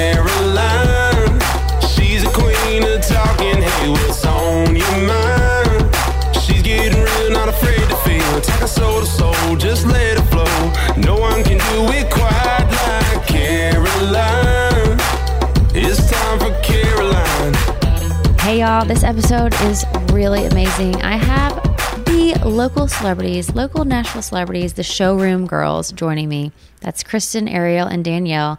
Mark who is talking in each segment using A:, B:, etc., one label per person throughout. A: Caroline, she's a queen of talking. Hey, what's on your mind? She's getting real, not afraid to feel. Taking soul to soul, just let it flow. No one can do it quite like Caroline. It's time for Caroline.
B: Hey y'all, this episode is really amazing. I have the local celebrities, local national celebrities, the showroom girls joining me. That's Kristen, Ariel, and Danielle.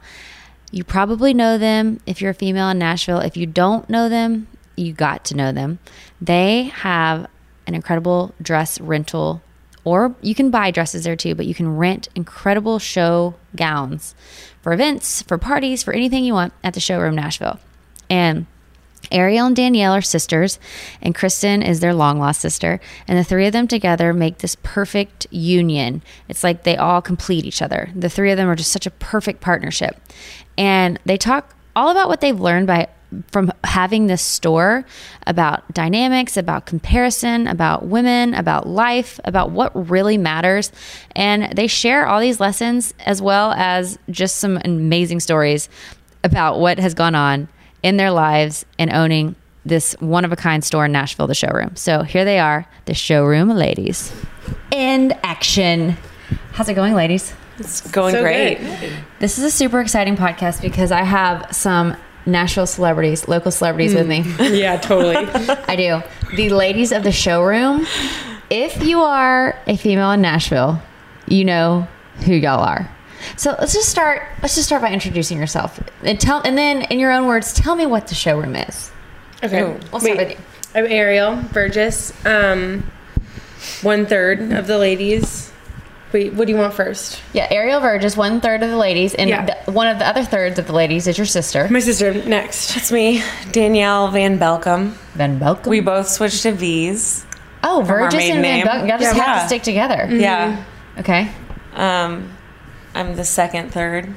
B: You probably know them if you're a female in Nashville. If you don't know them, you got to know them. They have an incredible dress rental, or you can buy dresses there too, but you can rent incredible show gowns for events, for parties, for anything you want at the showroom Nashville. And Ariel and Danielle are sisters, and Kristen is their long lost sister. And the three of them together make this perfect union. It's like they all complete each other. The three of them are just such a perfect partnership. And they talk all about what they've learned by from having this store about dynamics, about comparison, about women, about life, about what really matters. And they share all these lessons as well as just some amazing stories about what has gone on in their lives and owning this one of a kind store in Nashville, the showroom. So here they are, the showroom ladies in action. How's it going, ladies?
C: going great.
B: This is a super exciting podcast because I have some Nashville celebrities, local celebrities with
C: Mm.
B: me.
C: Yeah, totally.
B: I do. The ladies of the showroom. If you are a female in Nashville, you know who y'all are. So let's just start. Let's just start by introducing yourself and tell, and then in your own words, tell me what the showroom is.
C: okay,
B: I'll start with you.
C: I'm Ariel Burgess. Um, one third of the ladies. Wait, what do you want first?
B: Yeah, Ariel Verges, one third of the ladies, and
C: Yeah.
B: the, one of the other thirds of the ladies is your sister.
C: My sister next.
D: It's me, Danielle Van Belcom.
B: Van Belkom.
D: We both switched to V's.
B: oh,
D: our
B: Verges
D: maiden
B: and Van
D: name.
B: Belkom. Y'all just
D: Yeah.
B: have to stick together. Mm.
D: Yeah.
B: Okay.
D: Um, Mm-hmm. I'm the second, third,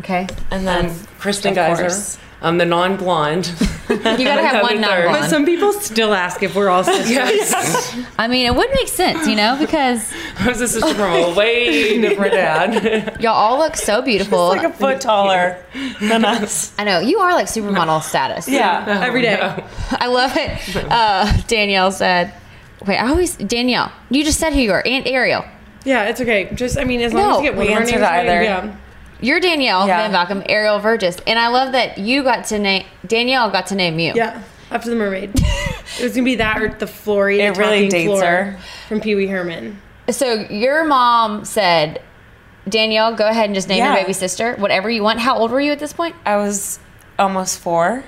B: Okay.
D: and then
E: Kristen
D: Of course.
E: Geiser. I'm the non blonde.
B: You gotta have one non
C: But
B: blonde.
C: some people still ask if we're all sisters.
B: I mean, it would make sense, you know, because
E: I was a sister from a way different dad.
B: y'all all look so beautiful.
D: like a foot taller than us.
B: I know you are like supermodel status.
D: Yeah.
C: Every day.
B: I love it. Uh, Danielle said, "Wait, I always Danielle. You just said who you are, Aunt Ariel.
C: Yeah, it's okay. Just I mean, as long
B: No,
C: as you get one
D: we
C: of our names
D: answered
C: right,
D: either.
C: Yeah.
B: You're Danielle
D: Yeah.
B: Van Valcom, Ariel Verges, and I love that you got to name Danielle got to name you.
C: Yeah. After the mermaid. it was gonna be that or the Flory.
D: It
C: the talking
D: really dates
C: floor
D: her.
C: From Pee Wee Herman.
B: So your mom said, Danielle, go ahead and just name your
D: Yeah.
B: baby sister whatever you want. How old were you at this point?
D: I was almost four.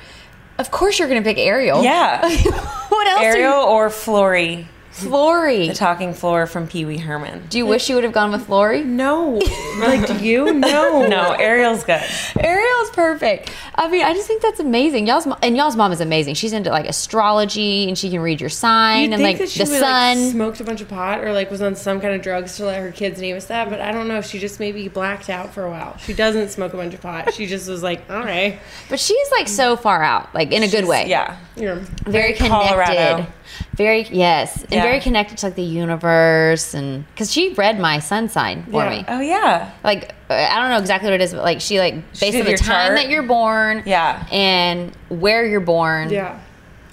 B: Of course, you're gonna pick Ariel.
D: Yeah.
B: what else? are you-
D: Ariel or Flory.
B: Flory.
D: The talking floor from Pee Wee Herman.
B: Do you wish you would have gone with
D: Mm-hmm.
B: Flory?
C: No. like, do you? No.
D: No, Ariel's good.
B: Ariel's perfect. I mean, I just think that's amazing. Y'all's mo- and y'all's mom is amazing. She's into like astrology and she can read your sign
C: You'd
B: and like
C: think
B: the
C: that she would,
B: sun.
C: like, smoked a bunch of pot or like was on some kind of drugs to let her kids name us that, but I don't know. She just maybe blacked out for a while. She doesn't smoke a bunch of pot. She just was like, all right,
B: but she's like so far out, like in a good way.
D: Yeah.
C: you're
B: very connected.
D: Colorado.
B: Very yes, and
D: Yeah.
B: very connected to like the universe and because she read my sun sign for
C: Yeah.
B: me.
D: Oh yeah.
B: Like uh, I don't know exactly what it is, but like she like
D: She
B: based
D: did
B: on the
D: your
B: time
D: chart?
B: that you're born,
D: Yeah.
B: and where you're born.
C: yeah.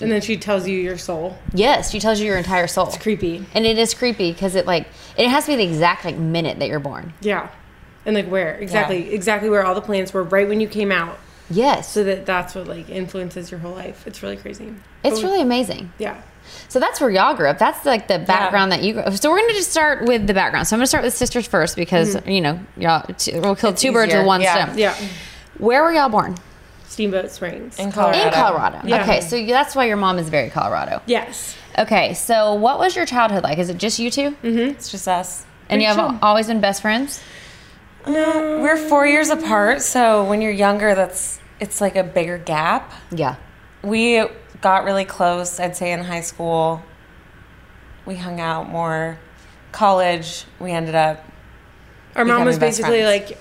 C: And then she tells you your soul.
B: Yes, she tells you your entire soul. It's
C: Creepy.
B: and it is creepy because it like it has to be the exact like minute that you're born.
C: Yeah. And like where exactly, exactly where all the plants were right when you came out.
B: Yes,
C: So that that's what like influences your whole life. It's really crazy.
B: it's
C: Oh,
B: really amazing.
C: yeah.
B: So that's where y'all grew up. That's like the background that you grew up. So we're going to just start with the background. So I'm going to start with sisters first because, you know, y'all, two, we'll kill two birds
D: Mm-hmm. easier.
B: with one
D: Yeah.
B: stone.
C: Yeah.
B: Where were y'all born?
C: Steamboat Springs.
D: In Colorado.
B: In Colorado.
C: Yeah.
B: Okay, so that's why your mom is very Colorado.
C: Yes.
B: Okay, so what was your childhood like? Is it just you 2
D: It's just us.
B: And you have always been best friends?
D: We're four years apart, so when you're younger, that's it's like a bigger gap.
B: Yeah.
D: We got really close, I'd say, in high school. We hung out more. College, we ended up.
C: Our mom
D: becoming
C: was
D: best
C: basically
D: friends.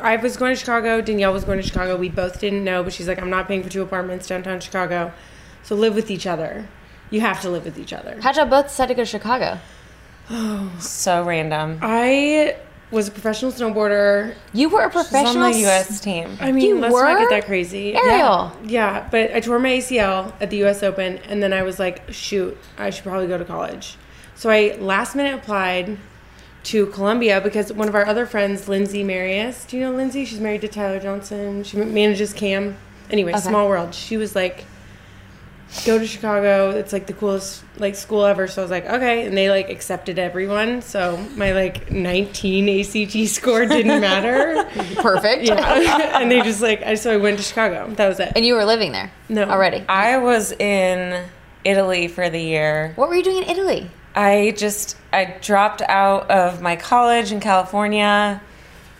C: like, I was going to Chicago. Danielle was going to Chicago. We both didn't know, but she's like, I'm not paying for two apartments downtown Chicago. So live with each other. You have to live with each other.
B: How'd y'all both decide to go to Chicago?
D: So random.
C: I was a professional snowboarder.
B: You were a
D: She's
B: professional.
D: on the
B: s-
D: U.S. team.
C: I mean,
B: You
C: let's not
B: were?
C: get that crazy.
B: Ariel.
C: Yeah. yeah, but I tore my ACL at the US Open, and then I was like, shoot, I should probably go to college. So I last minute applied to Columbia because one of our other friends, Lindsay Marius, do you know Lindsay? She's married to Tyler Johnson. She manages CAM. Anyway, small world. She was like, go to Chicago. It's like the coolest like school ever. So I was like, okay. And they like accepted everyone. So my like 19 ACT score didn't matter.
B: Perfect.
C: Yeah. and they just like I so I went to Chicago. That was it.
B: And you were living there?
C: No.
B: Already.
D: I was in Italy for the year.
B: What were you doing in Italy?
D: I just I dropped out of my college in California,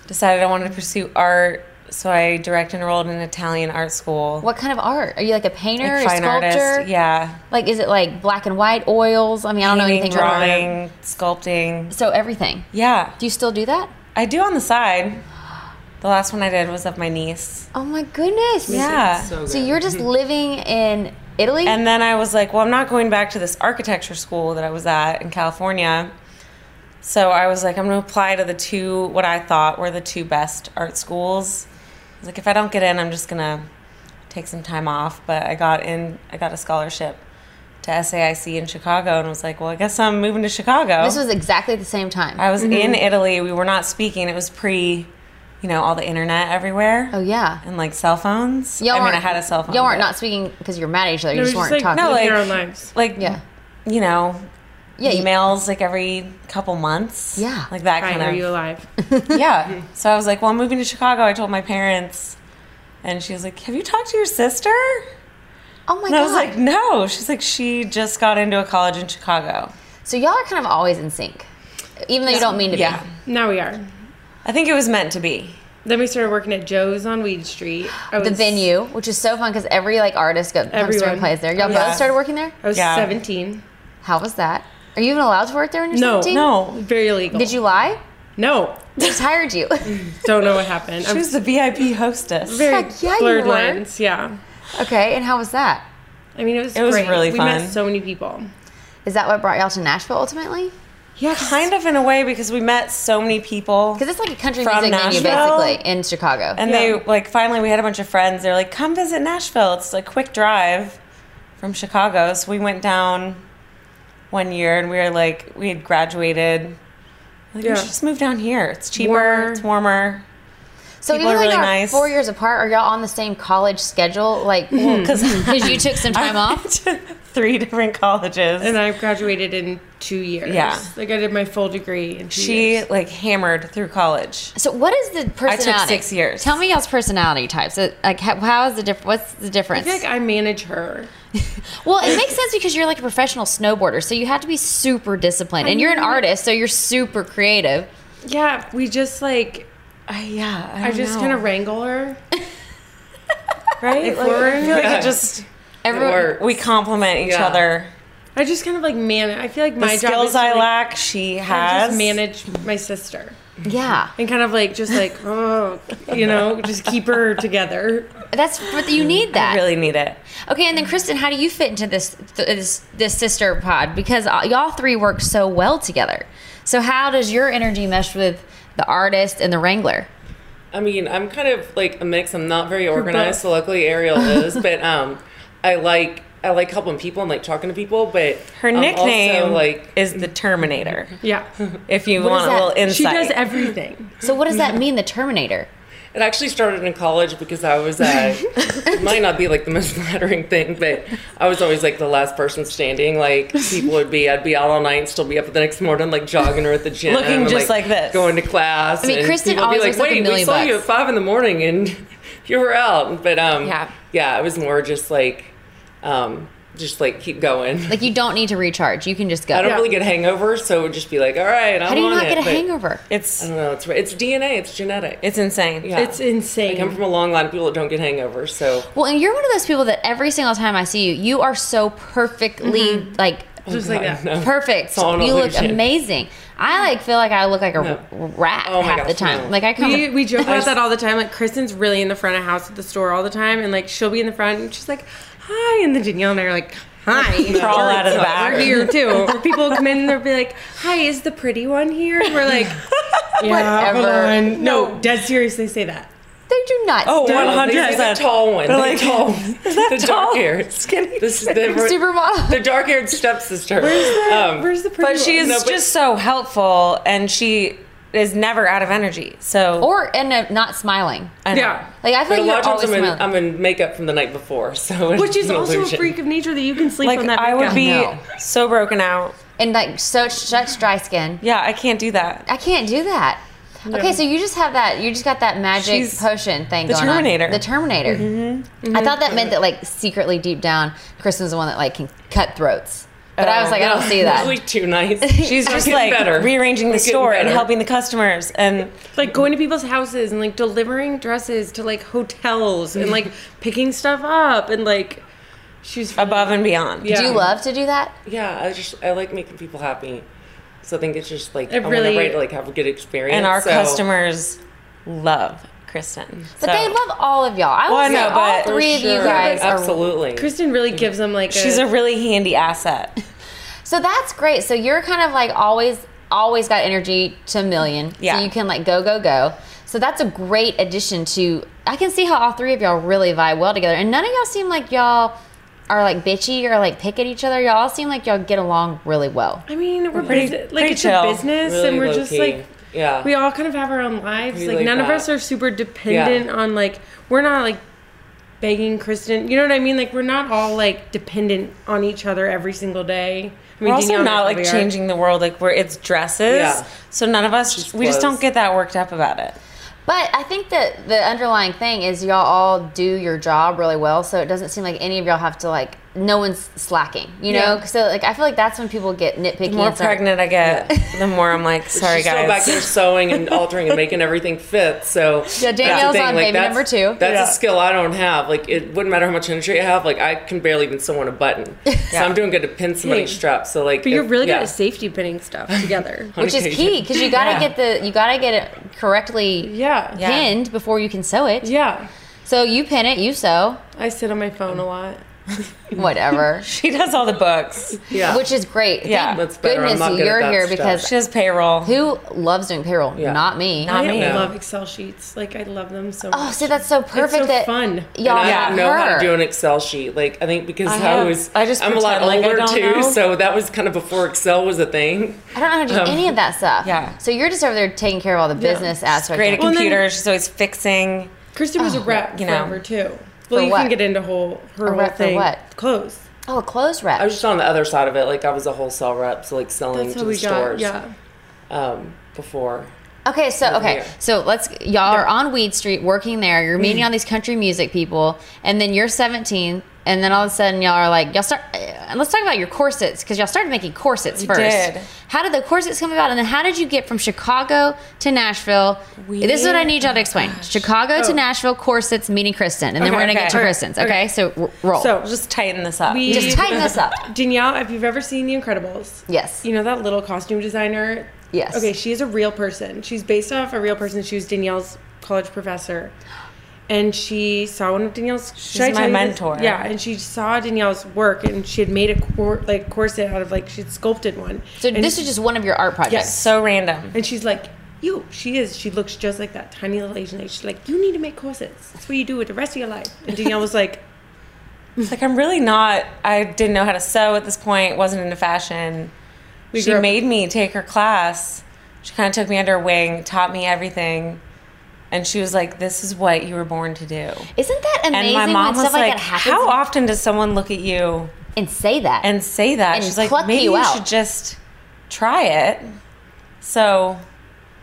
D: decided I wanted to pursue art, so I direct enrolled in Italian art school.
B: What kind of art? Are you like a painter, a
D: Like
B: sculptor?
D: yeah.
B: Like, is it like black and white oils? I mean, I don't know anything about it.
D: drawing, sculpting.
B: So everything.
D: Yeah,
B: Do you still do that?
D: I do on the side. The last one I did was of my niece.
B: Oh my goodness.
D: Yeah.
B: So you're just living in Italy?
D: And then I was like, well, I'm not going back to this architecture school that I was at in California. So I was like, I'm going to apply to the two, what I thought were the two best art schools. I was like, if I don't get in, I'm just going to take some time off. But I got in, I got a scholarship to SAIC in Chicago and was like, well, I guess I'm moving to Chicago.
B: this was Mm-hmm. exactly at the same time.
D: I was in Italy. We were not speaking. It was pre, you know, all the internet everywhere
B: oh yeah.
D: and like cell phones.
B: Y'all
D: I mean, I
B: aren't-
D: had a cell phone.
B: Y'all weren't
D: but-
B: not speaking because you're mad at each other. You just
C: we're
B: weren't
C: just, like,
B: talking.
D: No,
C: Living
D: like,
C: our own lives.
D: like
B: Yeah.
D: you know,
B: yeah. you-
D: emails like every couple months.
B: Yeah.
D: Like that
C: Hi,
D: kind
C: are
D: of.
C: you alive?
D: yeah. So I was like, well, I'm moving to Chicago. I told my parents. And she was like, have you talked to your sister?
B: Oh my
D: And I was
B: god.
D: like, no. She's like, she just got into a college in Chicago.
B: so y'all are kind of always in sync. Even though you don't mean to
D: Yeah.
B: be.
C: now we are.
D: I think it was meant to be.
C: Then we started working at Joe's on Weed Street. I was,
B: The venue, which is so fun because every like artist go, comes through and
C: Everyone.
B: plays there. Y'all
D: Yeah.
B: both started working there?
C: I was
D: Yeah.
C: 17.
B: How was that? Are you even allowed to work there when you're
C: No,
B: 17?
D: No.
C: Very illegal.
B: Did you lie?
C: No.
B: They just hired you.
C: Don't know what happened.
D: She
C: I'm
D: was the VIP hostess.
C: very
B: Heck yeah, you
C: blurred
B: were.
C: lines. Yeah.
B: okay, and how was that?
C: I mean, it was
D: It was
C: great.
D: really
C: we
D: fun.
C: met so many people.
B: Is that what brought y'all to Nashville ultimately?
D: Yeah, kind of in a way because we met so many people.
B: Because it's like a country
D: From
B: music venue,
D: Nashville?
B: basically, in Chicago.
D: And they like finally we had a bunch of friends. They're like, "Come visit Nashville. It's a quick drive from Chicago." So we went down one year, and we were like, we had graduated. Like,
C: Yeah.
D: We should just move down here. It's cheaper.
C: Warmer.
D: It's warmer.
B: so
D: people
B: even
D: are
B: like
D: really
B: y'all are
D: nice.
B: four
D: Mm-hmm.
B: years apart, are y'all on the same college schedule? Like, because
D: Because
B: you took some time off.
D: three different colleges.
C: and I graduated in two years.
D: Yeah.
C: like I did my full degree. In two
D: she
C: years.
D: like hammered through college.
B: So what is the personality?
D: six years.
B: Tell me y'all's personality types. Uh, Like how, how is the diff- What's the
C: I
B: difference?
C: feel like I manage her.
B: well, it makes sense because you're like a professional snowboarder, so you have to be super disciplined, and you're
D: Mm-hmm.
B: an artist, so you're super creative.
C: Yeah, we just like
D: I, yeah,
C: I just kind of wrangle her.
D: right. Like, I feel like it just
E: works.
D: we complement each
E: Yeah.
D: other.
C: I just kind of like man. I feel like
D: The
C: my job
D: skills
C: is to,
D: I
C: like,
D: lack, she
C: I
D: has.
C: just manage my sister
B: Yeah,
C: and kind of like just like oh, you know, just keep her together.
B: that's what you need. That
D: I really need it.
B: okay. And then Kristen, how do you fit into this th- this, this sister pod? Because all- y'all three work so well together. So how does your energy mesh with the artist and the wrangler?
E: I mean, I'm kind of like a mix. I'm not very organized, so luckily Ariel is. But um, I like I like helping people and like talking to people. But
D: Her
E: I'm
D: nickname
E: also, like
D: is the Terminator.
C: Yeah,
D: If you
B: What is
D: want a little
B: that?
D: insight,
C: she does everything.
B: So what does that mean? The Terminator.
E: It actually started in college because I was, uh, it might not be like the most flattering thing, but I was always like the last person standing. Like people would be, I'd be out all night and still be up the next morning, like jogging or at the gym.
D: Looking
E: and,
D: just like this.
E: Going to class.
B: mean,
E: and
B: Kristen
E: people would
B: always looks like a
E: wait, we
B: million
E: saw you at
B: bucks."
E: five in the morning and you were out. But um,
D: Yeah.
E: yeah, it was more just like, um, just like keep going.
B: Like you don't need to recharge. You can just go.
E: I don't really get hangovers, so it would just be like, all right, I'm
B: how do you
E: on
B: not
E: it.
B: get a
E: but-
B: hangover?
E: I
D: it's
E: don't know. It's, it's DNA. It's genetic.
D: it's insane.
E: yeah.
C: It's insane.
E: I come from a long line of people that don't get hangovers, so.
B: Well, and you're one of those people that every single time I see you, you are so perfectly
E: Mm-hmm.
B: like
C: just like that.
B: perfect.
E: all an
B: You look
E: illusion.
B: amazing. I like feel like I look like a r- rat
E: Oh my
B: half the
E: gosh,
B: time.
E: no.
B: Like I come.
C: We, we joke about that all the time. Like Kristen's really in the front of house at the store all the time, and like she'll be in the front, and she's like, "Hi," and then Danielle and I are like, "Hi."
D: Crawl out of the back.
C: We're here too. Or people come in and they'll be like, "Hi, is the pretty one here?" And we're like, "Yeah, hold
B: Whatever.
C: on." No, dead seriously, say that.
B: they do not.
D: Oh,
B: Oh,
D: 100%.
E: They're the tall one.
D: They're
E: The
D: like,
E: tall one. The dark haired.
D: skinny.
E: This is the,
B: supermodel.
E: the dark haired stepsister. Um,
C: Where's the pretty?
D: But she is
E: No, but-
D: just so helpful, and she is never out of energy. So
B: Or and uh, not smiling.
D: I know.
C: Yeah.
B: Like I
E: but
B: feel
E: a
B: like
E: lot
B: you're
E: of times
B: always
E: I'm in,
B: smiling.
E: I'm in makeup from the night before, so it's
C: Which is
E: an
C: also a
E: illusion.
C: freak of nature that you can sleep
D: like
C: on that.
D: I
C: makeup.
D: would be
B: No.
D: so broken out.
B: and like such such dry skin.
D: Yeah, I can't do that.
B: I can't do that. Okay, so you just have that. You just got that magic
D: She's
B: potion thing.
D: the
B: going
D: Terminator. Mm-hmm.
B: On. The Terminator. I thought that meant that like secretly deep down, Kristen's the one that like can cut throats. But I
D: Oh,
B: was like, I don't see that.
E: Really too nice.
D: She's
E: I'm
D: just
E: getting
D: like
E: better.
D: rearranging the
E: I'm getting
D: store and
E: better.
D: helping the customers, and
C: like going to people's houses and like delivering dresses to like hotels and like picking stuff up and like she's
D: above and beyond.
B: Do you love to do that?
E: Yeah, I just I like making people happy. So I think it's just like
C: It
E: I want
C: really-
E: everybody to like have a good experience.
D: and our
E: so-
D: customers love Kristen.
C: Mm.
B: But they love all of y'all. I
D: Well, I
B: would say
D: know,
B: all
D: but- For
B: three of you
E: Sure,
B: guys are.
E: Absolutely.
C: Kristen really gives them like
D: She's a really handy asset.
B: So that's great. So you're kind of like always, always got energy to a million.
D: Yeah.
B: So you can like go, go, go. So that's a great addition to. I can see how all three of y'all really vibe well together, and none of y'all seem like y'all are like bitchy or like pick at each other. Y'all all seem like y'all get along really well.
C: I mean, we're
D: Pretty-
C: pretty, like
D: pretty
C: it's
D: chill.
C: a business,
E: Really
C: and we're
E: low
C: just
E: key.
C: like
E: Yeah.
C: we all kind of have our own lives.
E: We
C: Like,
E: like
C: none of
E: that.
C: us are super dependent
E: Yeah.
C: on like we're not like begging Kristen. You know what I mean? Like we're not all like dependent on each other every single day. I mean,
D: We're also
C: Danielle and I
D: not like
C: probably are.
D: changing the world like where it's dresses.
E: Yeah.
D: So none of us we just
E: clothes.
D: don't get that worked up about it.
B: But I think that the underlying thing is y'all all do your job really well, so it doesn't seem like any of y'all have to like. No one's slacking, you know.
C: Yeah.
B: So like, I feel like that's when people get nitpicky.
D: The more
B: and start-
D: pregnant I get, the more I'm like, sorry
E: She's still back
D: guys.
E: there sewing and altering and making everything fit. So
B: Yeah,
E: that's the
B: Danielle's
E: thing,
B: on baby
E: that's-
B: number two.
E: That's
D: Yeah.
E: a skill I don't have. Like it wouldn't matter how much energy I have. Like I can barely even sew on a button. So I'm doing good to pin somebody's
C: Hey,
E: strap. So like,
C: But you're
E: if-
C: really
E: yeah.
C: good at safety pinning stuff together.
E: On
B: which is
E: occasion.
B: key because you gotta get the you gotta get it correctly
C: yeah.
D: Yeah.
B: pinned before you can sew it.
C: Yeah.
B: So you pin it, you sew,
C: I sit on my phone a lot.
B: whatever.
D: She does all the books.
E: Yeah.
B: Which is great. Thank
D: Yeah.
E: That's better. I'm
B: goodness
E: not good at
B: you're
E: that
B: here
E: stuff.
B: because
D: She does payroll.
B: who loves doing payroll?
E: Yeah.
B: Not me.
D: Not
C: I
D: me.
C: love Excel sheets. Like I love them so
B: Oh,
C: much.
B: see, that's so perfect.
C: so
B: that
C: fun.
B: Y'all
E: And I
B: got
E: don't know
B: her.
E: how to do an Excel sheet. Like I think because
D: I
E: I,
D: have-
E: was,
D: I just
E: I'm a lot
D: pretend like I
E: older
D: don't
E: too.
D: know.
E: So that was kind of before Excel was a thing.
B: I don't know how to do
E: Um,
B: any of that stuff.
D: yeah.
B: So you're just over there taking care of all the business aspects.
D: Great at
C: Well, then-
D: computers. She's always fixing.
B: oh,
C: Kristen was a rep
D: you know.
C: forever too. Well, you
B: what?
C: can get into whole her
B: A
C: whole
B: rep for
C: thing.
B: what?
C: Clothes.
B: Oh, a clothes rep.
E: I was just on the other side of it. Like I was a wholesale rep, so like selling
C: That's
E: to
C: how
E: the
C: we got.
E: stores.
C: Yeah.
E: Um, before.
B: Okay, so okay,
E: here.
B: so let's y'all are on Weed Street working there. You're meeting
D: Mm-hmm.
B: all these country music people, and then you're 17, and then all of a sudden y'all are like y'all start. uh, And let's talk about your corsets because y'all started making corsets first.
D: did.
B: How did the corsets come about, and then how did you get from Chicago to Nashville? this is what I need
D: Oh
B: y'all to explain: Chicago to Nashville corsets meeting Kristen, and then
D: Okay,
B: we're gonna
D: Oh. okay.
B: get to
D: Okay.
B: Kristen's. Okay, so r- roll.
C: So
D: I'll just tighten this up.
C: we
B: just tighten this up.
C: Danielle, if you've ever seen The Incredibles,
B: Yes.
C: you know that little costume designer.
B: Yes.
C: Okay, she is a real person. She's based off a real person. She was Danielle's college professor, and she saw one of Danielle's. She's
D: my mentor.
C: Yeah, and she saw Danielle's work, and she had made a cor- like corset out of like she'd sculpted one.
B: so
C: And-
B: this is just one of your art projects.
C: Yes.
D: so random.
C: and she's like, "You." She is. She looks just like that tiny little Asian lady. She's like, "You need to make corsets. That's what you do with the rest of your life." And Danielle was like,
D: It's like I'm really not. I didn't know how to sew at this point. wasn't into fashion. she
C: grew up-
D: made me take her class. She kind of took me under her wing, taught me everything, and she was like, "This is what you were born to do."
B: Isn't that amazing
D: And my mom
B: when stuff
D: was
B: like,
D: like,
B: that happens
D: "How often does someone look at you
B: and say that?
D: and say that?"
B: And
D: She's like,
B: pluck
D: "Maybe
B: you
D: you,
B: out."
D: should just try it." So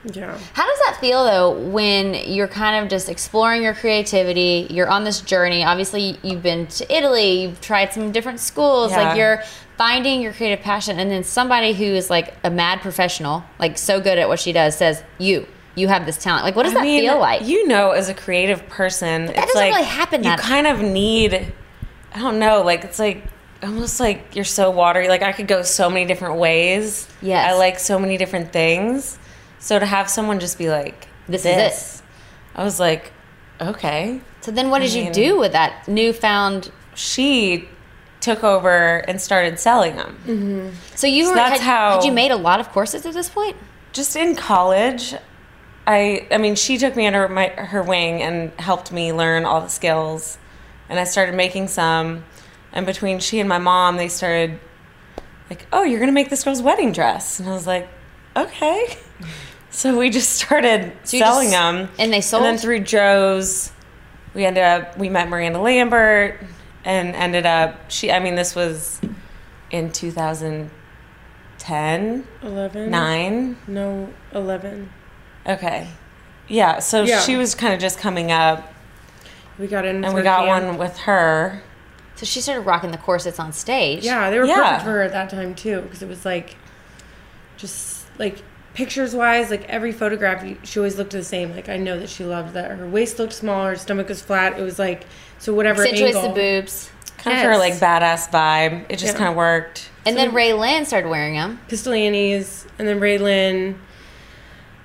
C: "Yeah."
B: How does that feel though when you're kind of just exploring your creativity? You're on this journey. Obviously, you've been to Italy, you've tried some different schools,
D: Yeah.
B: like you're finding your creative passion and then somebody who is like a mad professional, like so good at what she does says, "You, you have this talent." Like what does
D: I
B: that
D: mean,
B: feel like?
D: You know, as a creative person, it's
B: doesn't
D: like
B: really happen
D: You
B: that-
D: kind of need. I don't know. Like it's like almost like you're so watery. Like I could go so many different ways.
B: Yes.
D: I like so many different things. So to have someone just be like,
B: This is
D: it." I was like, okay.
B: so then what did you
D: mean-
B: do with that newfound
D: She took over and started selling them.
B: So you were
D: that's
B: had,
D: how-
B: had you made a lot of courses at this point?
D: just in college i i mean she took me under my, her wing and helped me learn all the skills and i started making some and between she and my mom they started like oh you're gonna make this girl's wedding dress and i was like okay so we just started
B: So you just-
D: selling them
B: and they
D: and then
B: sold?
D: through joe's we ended up we met miranda lambert and ended up she i mean this was in 2010
C: Eleven.
B: Mm-hmm.
D: 9
C: No, eleven.
D: Okay. Yeah, so
C: Yeah.
D: she was kind of just coming up,
C: We got in.
D: and we got one with her.
B: So she started rocking the corsets on stage.
C: Yeah, they were
D: Yeah.
C: perfect for her at that time too, because it was like, just like pictures wise, like every photograph, you- she always looked the same. Like I know that she loved that her waist looked small, her stomach was flat. It was like so whatever
B: Accentuates the
C: angle.
B: boobs.
D: Kind of her like
C: Yes.
D: badass vibe. It just
C: Yeah.
D: kind of worked.
B: And then Ray Lynn started wearing them.
C: Pistolinis, and then Raylan.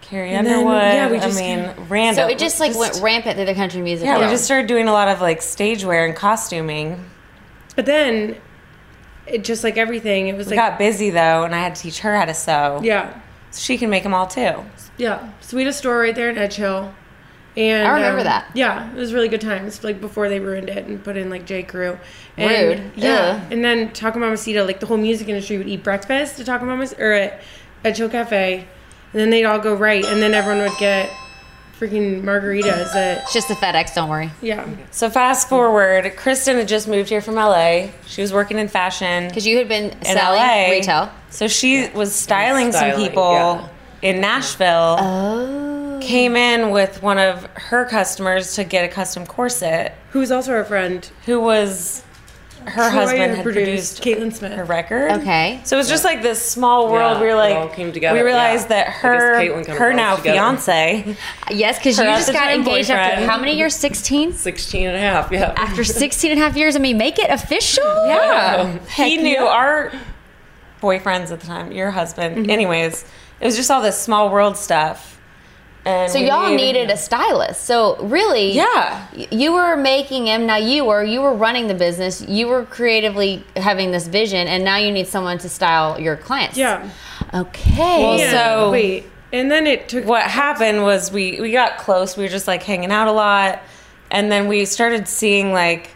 D: Carrie
C: And then,
D: Underwood.
C: yeah, we just
D: I mean,
C: kinda-
D: random.
B: So it just like went rampant through the country music.
D: Yeah,
B: world.
D: we just started doing a lot of like stage wear and costuming.
C: But then, it just like everything, it was
D: We
C: like
D: got busy though, and I had to teach her how to sew.
C: yeah,
D: So she can make them all too.
C: yeah. So we had a store right there in Edge Hill. And um,
B: I remember that.
C: Yeah, it was really good times. Like before they ruined it and put in like J. Crew. And,
B: Rude.
C: Yeah.
B: Ugh.
C: And then Taco Mamacita, like the whole music industry would eat breakfast at Taco Mamas or at Edge Hill Cafe, and then they'd all go right, and then everyone would get freaking margaritas. At,
B: It's just the FedEx, don't worry.
C: yeah.
D: So fast forward, Kristen had just moved here from LA. She was working in fashion.
B: Because you had been
D: in
B: selling
D: LA.
B: retail.
D: So she was styling, some
E: Styling,
D: people
E: yeah.
D: in Nashville.
B: Oh.
D: Came in with one of her customers to get a custom corset,
C: Who was also our friend?
D: who was
C: Troy
D: her husband had
C: produced
D: produced,
C: Caitlin Smith.
D: her record.
B: Okay.
D: So it was just like this small world.
E: Yeah,
D: we were
E: it
D: like,
E: all came together,
D: we realized
E: yeah.
D: that
E: I
D: her,
E: guess Caitlin kinda
D: her
E: brought
D: now
E: us together.
D: fiance,
B: Yes, because you
D: Her
B: just got
D: at the time
B: engaged after
D: boyfriend.
B: how many years? 16?
E: 16 and a half, yeah.
B: After 16 and a half years, I mean, make it official?
D: yeah, he knew our boyfriends at the time, your husband.
B: Mm-hmm.
D: Anyways, it was just all this small world stuff. And
B: So
D: we
B: y'all
D: knew-
B: needed a stylist. So really,
D: Yeah.
B: y- you were making him. Now you were you were running the business. You were creatively having this vision, and now you need someone to style your clients.
C: Yeah.
B: Okay.
D: Well,
C: And-
D: So-
C: wait, and then it took
D: what happened was we we got close. We were just like hanging out a lot, and then we started seeing like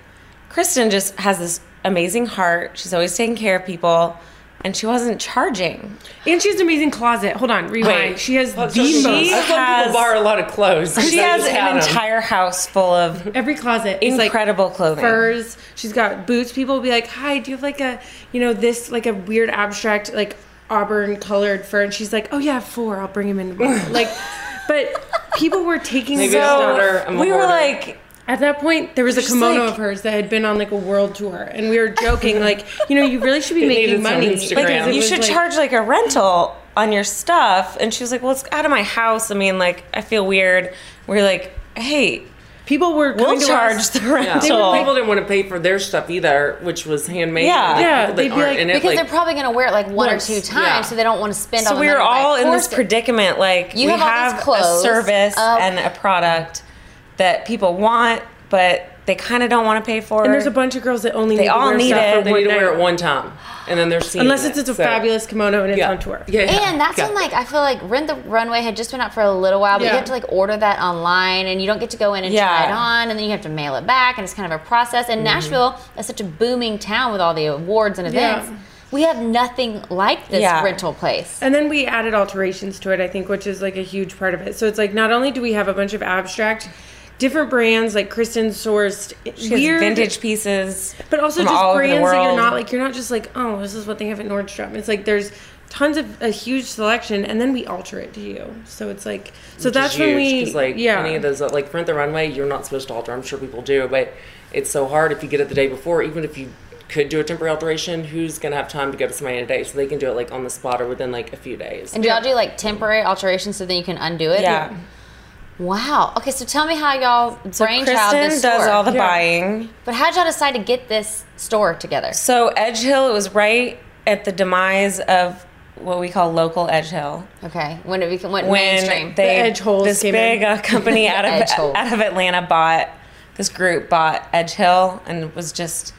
D: Kristen just has this amazing heart. She's always taking care of people, and she wasn't charging.
C: And she has an amazing closet. Hold on, rewind.
D: Wait.
C: she has the
D: she
C: most.
D: has-
E: I love people borrow a lot of clothes.
D: She
E: I
D: has
E: just had
D: an
E: 'em.
D: entire house full of
C: Every closet is like
D: incredible clothing.
C: furs. She's got boots. People will be like, "Hi, do you have like a, you know, this like a weird abstract like auburn colored fur?" And she's like, "Oh yeah, four. I'll bring him in." tomorrow." like, but people were taking
E: Maybe
C: so.
E: I'll order. I'm a
D: we were
E: hoarder.
D: like,
C: At that point, there was a
D: Just
C: kimono
D: like-
C: of hers that had been on like a world tour, and we were joking like, you know, you really should be making
E: needed some
C: money.
E: Instagram.
C: because
E: Like,
C: it
D: you
C: was,
D: should
C: like-
D: charge like a rental on your stuff. And she was like, well, it's out of my house. I mean, like, I feel weird. We are like, hey,
C: People were
D: we'll
C: coming to
D: charge
C: us-
D: the
E: Yeah.
D: rental.
E: people didn't want to pay for their stuff either, which was handmade.
D: Yeah.
E: Like,
C: Yeah,
E: people that
C: they'd be
E: aren't
C: like-
E: in it,
B: because
E: like,
B: they're probably going to wear it like one
C: Once,
B: or two times,
E: yeah.
B: so they don't want to spend all
D: So
B: the
D: we
B: money
D: were
B: to buy
D: all in this
B: corset.
D: predicament. Like
B: You
D: we
B: have all these
D: have a
B: clothes.
D: service
B: Oh.
D: and a product that people want, but they kind of don't want to pay for.
C: And there's a bunch of girls that only
D: They
C: need
D: all
C: to wear
D: need
C: stuff
D: it.
C: for
E: they
C: one
E: need to wear
C: night.
E: it one time, and then they're seen.
C: unless it's, it's a
E: so-
C: fabulous kimono and it's
E: Yeah.
C: on tour.
E: Yeah, yeah.
B: And that's
E: yeah.
B: when like I feel like Rent the Runway had just been out for a little while, but
C: Yeah.
B: you have to like order that online and you don't get to go in and
D: Yeah. Mm-hmm.
B: try it on and then you have to mail it back and it's kind of a process. And Nashville is such a booming town with all the awards and
C: Yeah.
B: events. We have nothing like this
D: Yeah.
B: rental place.
C: And then we added alterations to it, I think, which is like a huge part of it. So it's like not only do we have a bunch of abstract, different brands like Kristen sourced
D: She has
C: weird
D: vintage pieces,
C: but also
D: from
C: just
D: all over the
C: brands that you're
D: world.
C: not like you're not just like oh this is what they have at Nordstrom. It's like there's tons of a huge selection, and then we alter it to you. So it's like so
E: Which is
C: that's when
E: huge,
C: we
E: 'cause, like
C: yeah
E: any of those uh, like print the runway you're not supposed to alter i'm sure people do but it's so hard if you get it the day before even if you could do a temporary alteration who's gonna have time to go to somebody today so they can do it like on the spot or within like a few days
B: And do y'all do like temporary alterations so then you can undo it?
D: yeah.
B: Wow. Okay, so tell me how y'all brainchild
D: Kristen
B: this store.
D: does all the buying.
B: but how would y'all decide to get this store together?
D: So Edge Hill, it was right at the demise of what we call local Edge Hill.
B: Okay, when it became went
D: when
B: mainstream.
D: they
C: The Edge holes
D: this
C: came
D: big
C: in.
D: uh, company out
B: Edge
D: of
B: holes.
D: out of Atlanta bought this group bought Edge Hill and was just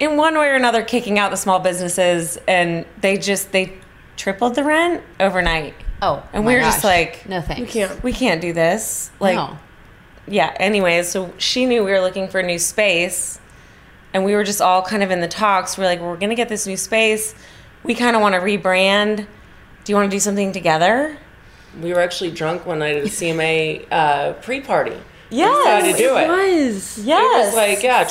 D: in one way or another kicking out the small businesses and they just they tripled the rent overnight.
B: oh,
D: and
B: my
D: we were just
B: gosh.
D: like,
B: no thanks.
C: can't.
D: We can't do this. Like
B: no.
D: yeah, anyways, so she knew we were looking for a new space and we were just all kind of in the talks. We are like, we're going to get this new space. We kind of want to rebrand. Do you want to do something together?
E: we were actually drunk one night at a cma uh, pre-party
D: Yes.
E: we decided to do it
C: was
E: It
D: Yes.
E: was like yeah,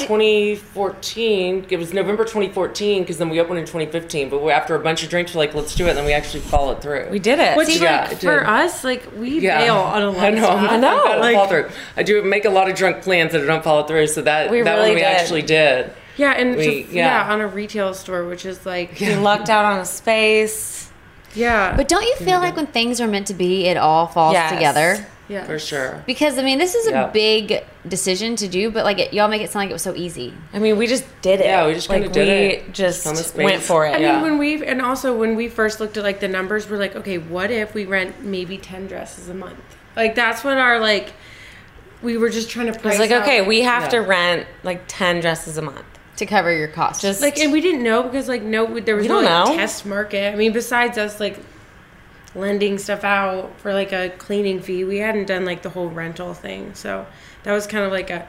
E: 2014. It was November 2014 because then we opened in 2015. But we're after a bunch of drinks, we're like, let's do it. And then we actually followed through.
D: we did it.
C: which
E: Yeah,
C: like
E: it
C: for
E: did.
C: us like we bail on a lot.
E: I
C: of
E: know.
C: stuff.
E: I'm,
D: I know,
E: I'm bad at
D: like-
E: follow through. I do make a lot of drunk plans that I don't follow through. So that
D: We
E: that
D: really
E: one we
D: did.
E: actually did.
C: Yeah, and
E: We-
C: to-
E: yeah.
C: yeah. on a retail store, which is like
D: we lucked out on a space.
C: yeah,
B: But don't you feel like when things are meant to be, it all falls
D: Yes.
B: together?
C: yeah.
E: For sure.
B: Because I mean, this is a
E: Yeah.
B: big decision to do, but like it, y'all make it sound like it was so easy.
D: I mean, we just did it.
E: Yeah, we just
D: like,
E: kinda did
D: we
E: it.
D: just
E: Found the space.
D: went for it.
C: I mean,
E: Yeah.
C: when we and also when we first looked at like the numbers, we're like, okay, what if we rent maybe ten dresses a month? Like that's what our like we were just trying to
D: I
C: price.
D: was like,
C: out-
D: okay, we have
E: Yeah.
D: to rent like ten dresses a month.
B: To cover your costs.
D: Just
C: like, and we didn't know because like no, there was
D: We
C: no
D: don't
C: like,
D: know.
C: test market. I mean, besides us like lending stuff out for like a cleaning fee, we hadn't done like the whole rental thing. So that was kind of like a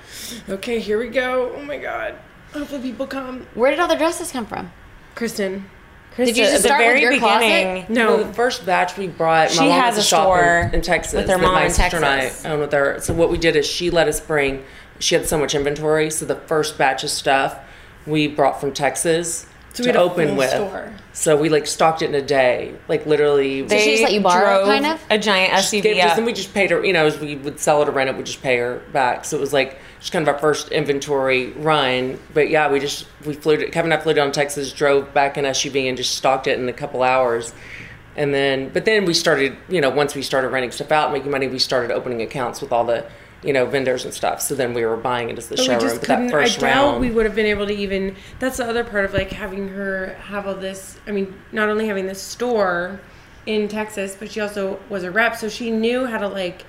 C: okay, here we go. Oh my god, hopefully people come.
B: Where did all the dresses come from?
C: Kristen,
B: Did you just
D: at the
B: start with
D: very
B: your closet?
D: beginning?
E: No,
C: no,
E: the first batch we brought.
D: She
E: my mom
D: has
E: was
D: a
E: shopper
D: store
E: in Texas
D: with her
E: that my
D: mom in
E: sister
D: Texas.
E: And I own with her. So what we did is she let us bring. She had so much inventory, so the first batch of stuff we brought from Texas
C: So we
E: to
C: had a
E: open
C: full
E: with.
C: store.
E: So we like stocked it in a day, like literally.
B: Did she just let you borrow,
D: drove
B: kind of?
D: a giant SUV.
E: gave just,
D: up.
E: and we just paid her. You know, as we would sell it or rent it, we just pay her back. So it was like just kind of our first inventory run. But yeah, we just we flew. To, Kevin and I flew down to Texas, drove back in SUV, and just stocked it in a couple hours. And then, but then we started. You know, once we started renting stuff out, making money, we started opening accounts with all the you know vendors and stuff. So then we were buying it as the
C: But
E: showroom.
C: we just
E: but
C: couldn't.
E: that first
C: I doubt
E: round,
C: we would have been able to even. That's the other part of like having her have all this. I mean, not only having this store in Texas, but she also was a rep, so she knew how to like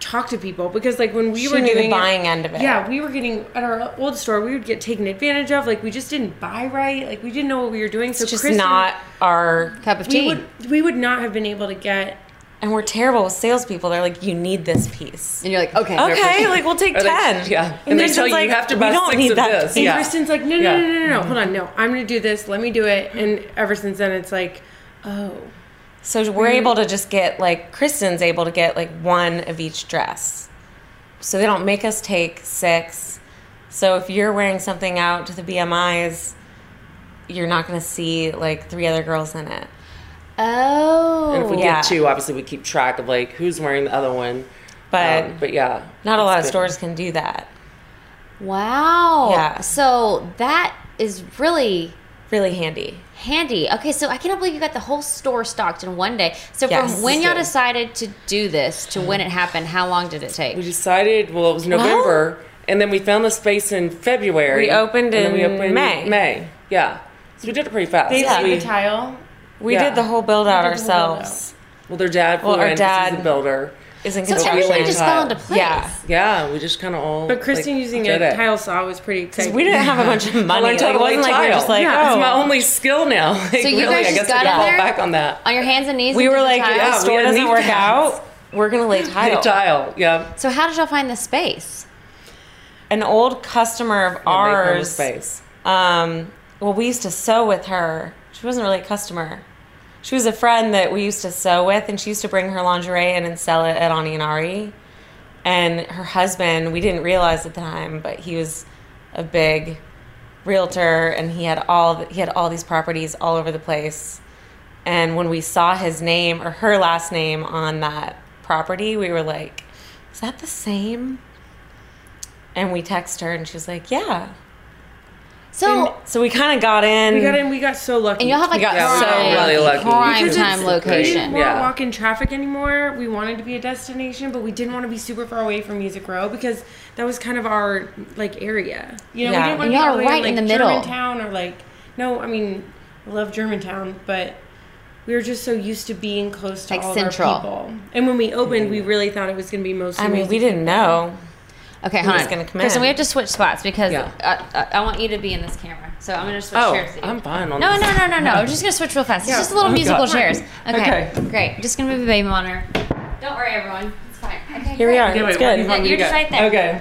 C: talk to people because like when we
D: She
C: were
D: knew the
C: doing it-
D: buying end of it.
C: yeah we were getting at our old store we would get taken advantage of like we just didn't buy right like we didn't know what we were doing so
D: It's just
C: Kristen-
D: not our
B: Cup of
C: we
B: tea.
C: would we would not have been able to get
D: And we're terrible with salespeople. They're like, you need this piece.
B: And you're like, okay,
D: Okay,
B: 100%.
D: like we'll take
E: Or they-
D: ten.
E: yeah. And they
D: Kristen's
E: tell you, you have to buy
D: we don't
E: six
D: need
E: of
D: that
E: this.
D: piece.
E: Yeah.
C: Kristen's like, no, no,
E: Yeah.
C: no, no, no, hold on, no, I'm gonna do this. Let me do it. And ever since then, it's like, oh,
D: So we're
E: Mm-hmm.
D: able to just get like Kristen's able to get like one of each dress. So they don't make us take six. So if you're wearing something out to the BMIs, you're not going to see like three other girls in it.
B: Oh.
E: And if we
D: Yeah.
E: get two, obviously we keep track of like who's wearing the other one.
D: But
E: Um, but yeah,
D: not a lot of
E: it's good.
D: stores can do that.
B: Wow.
D: Yeah.
B: So that is really
D: Really handy.
B: handy. Okay, so I cannot believe you got the whole store stocked in one day. So
D: Yes.
B: from when y'all
E: Yeah.
B: decided to do this to when it happened, how long did it
E: We
B: take?
E: decided. Well, it was November, and then we found the space in February.
D: We opened
E: and then
D: in May.
E: May, yeah. So we did it pretty fast.
C: they
D: Yeah.
C: yeah.
E: We-
C: the tile.
D: We
E: Yeah.
D: did the whole build out
C: We did the whole build
D: ourselves.
E: well, their dad. Flew
D: Well, our
E: in 'cause he's
D: dad-
E: a builder.
D: Is in
B: So
E: construction
B: everything just fell
E: tile.
B: into place.
D: Yeah.
E: Yeah, we just kind of all.
C: But Kristen
E: like,
C: using a
E: did it.
C: tile saw was pretty exciting.
D: We didn't have a bunch of money.
E: I learned
D: Like,
E: how
D: it
E: to lay
D: wasn't like we were
E: tile.
D: just like,
E: It's
D: oh.
E: my only skill now. Like,
B: you
E: really,
B: guys
E: I
B: just
E: guess
B: got
E: I
B: in
E: could fall
B: there?
E: back on that.
B: On your hands and knees.
D: we
B: and
D: were
B: did the
D: like, if
B: tiles?
E: Yeah,
D: the
E: we
D: store
E: had
D: doesn't
E: knee
D: work
E: pads.
D: out, we're going to lay
E: Lay
D: tile.
E: tile. Yeah.
B: So how did y'all find the space?
D: An old customer of
E: Make room
D: ours.
E: space.
D: um, well, we used to sew with her. She wasn't really a customer. She was a friend that we used to sew with, and she used to bring her lingerie in and sell it at Ani and Ari. And her husband, we didn't realize at the time, but he was a big realtor, and he had all he had all these properties all over the place. And when we saw his name or her last name on that property, we were like, "Is that the same?" And we text her, and she was like, "Yeah."
B: So
D: So we kind of got in.
C: We got in. We got so lucky.
B: and y'all have like
E: got so
B: prime,
E: really lucky.
B: prime
E: Because
B: time
C: We
B: location.
C: didn't want to
E: Yeah.
C: walk in traffic anymore. We wanted to be a destination, but we didn't want to be super far away from Music Row because that was kind of our like area. You know,
D: Yeah.
C: we didn't want
B: And
C: to be
B: y'all
C: all
B: are
C: the way
B: right in
C: like,
B: the middle.
C: Germantown or like no, I mean, I love Germantown, but we were just so used to being close to
B: Like
C: all
B: central.
C: of our people. And when we opened, we really thought it was going to be mostly.
D: I mean,
C: music
D: we didn't know.
B: Okay, hold
D: was
B: on.
D: gonna come
B: Kristen,
D: in?
B: we have to switch spots because
E: Yeah.
B: I, I, I want you to be in this camera. So I'm going to switch
E: Oh,
B: chairs. with you.
E: I'm fine on
B: No,
E: this.
B: no, no, no, no. I'm just gonna switch real fast. It's just a little musical chairs. Okay. Great. Just gonna move the baby monitor. Don't worry, everyone. It's fine. Okay.
D: Here
B: great.
D: we are.
E: Yeah,
D: it's
E: wait, what do
D: good.
E: you want me
B: You're
E: to
B: just
E: get?
B: right there.
E: Okay.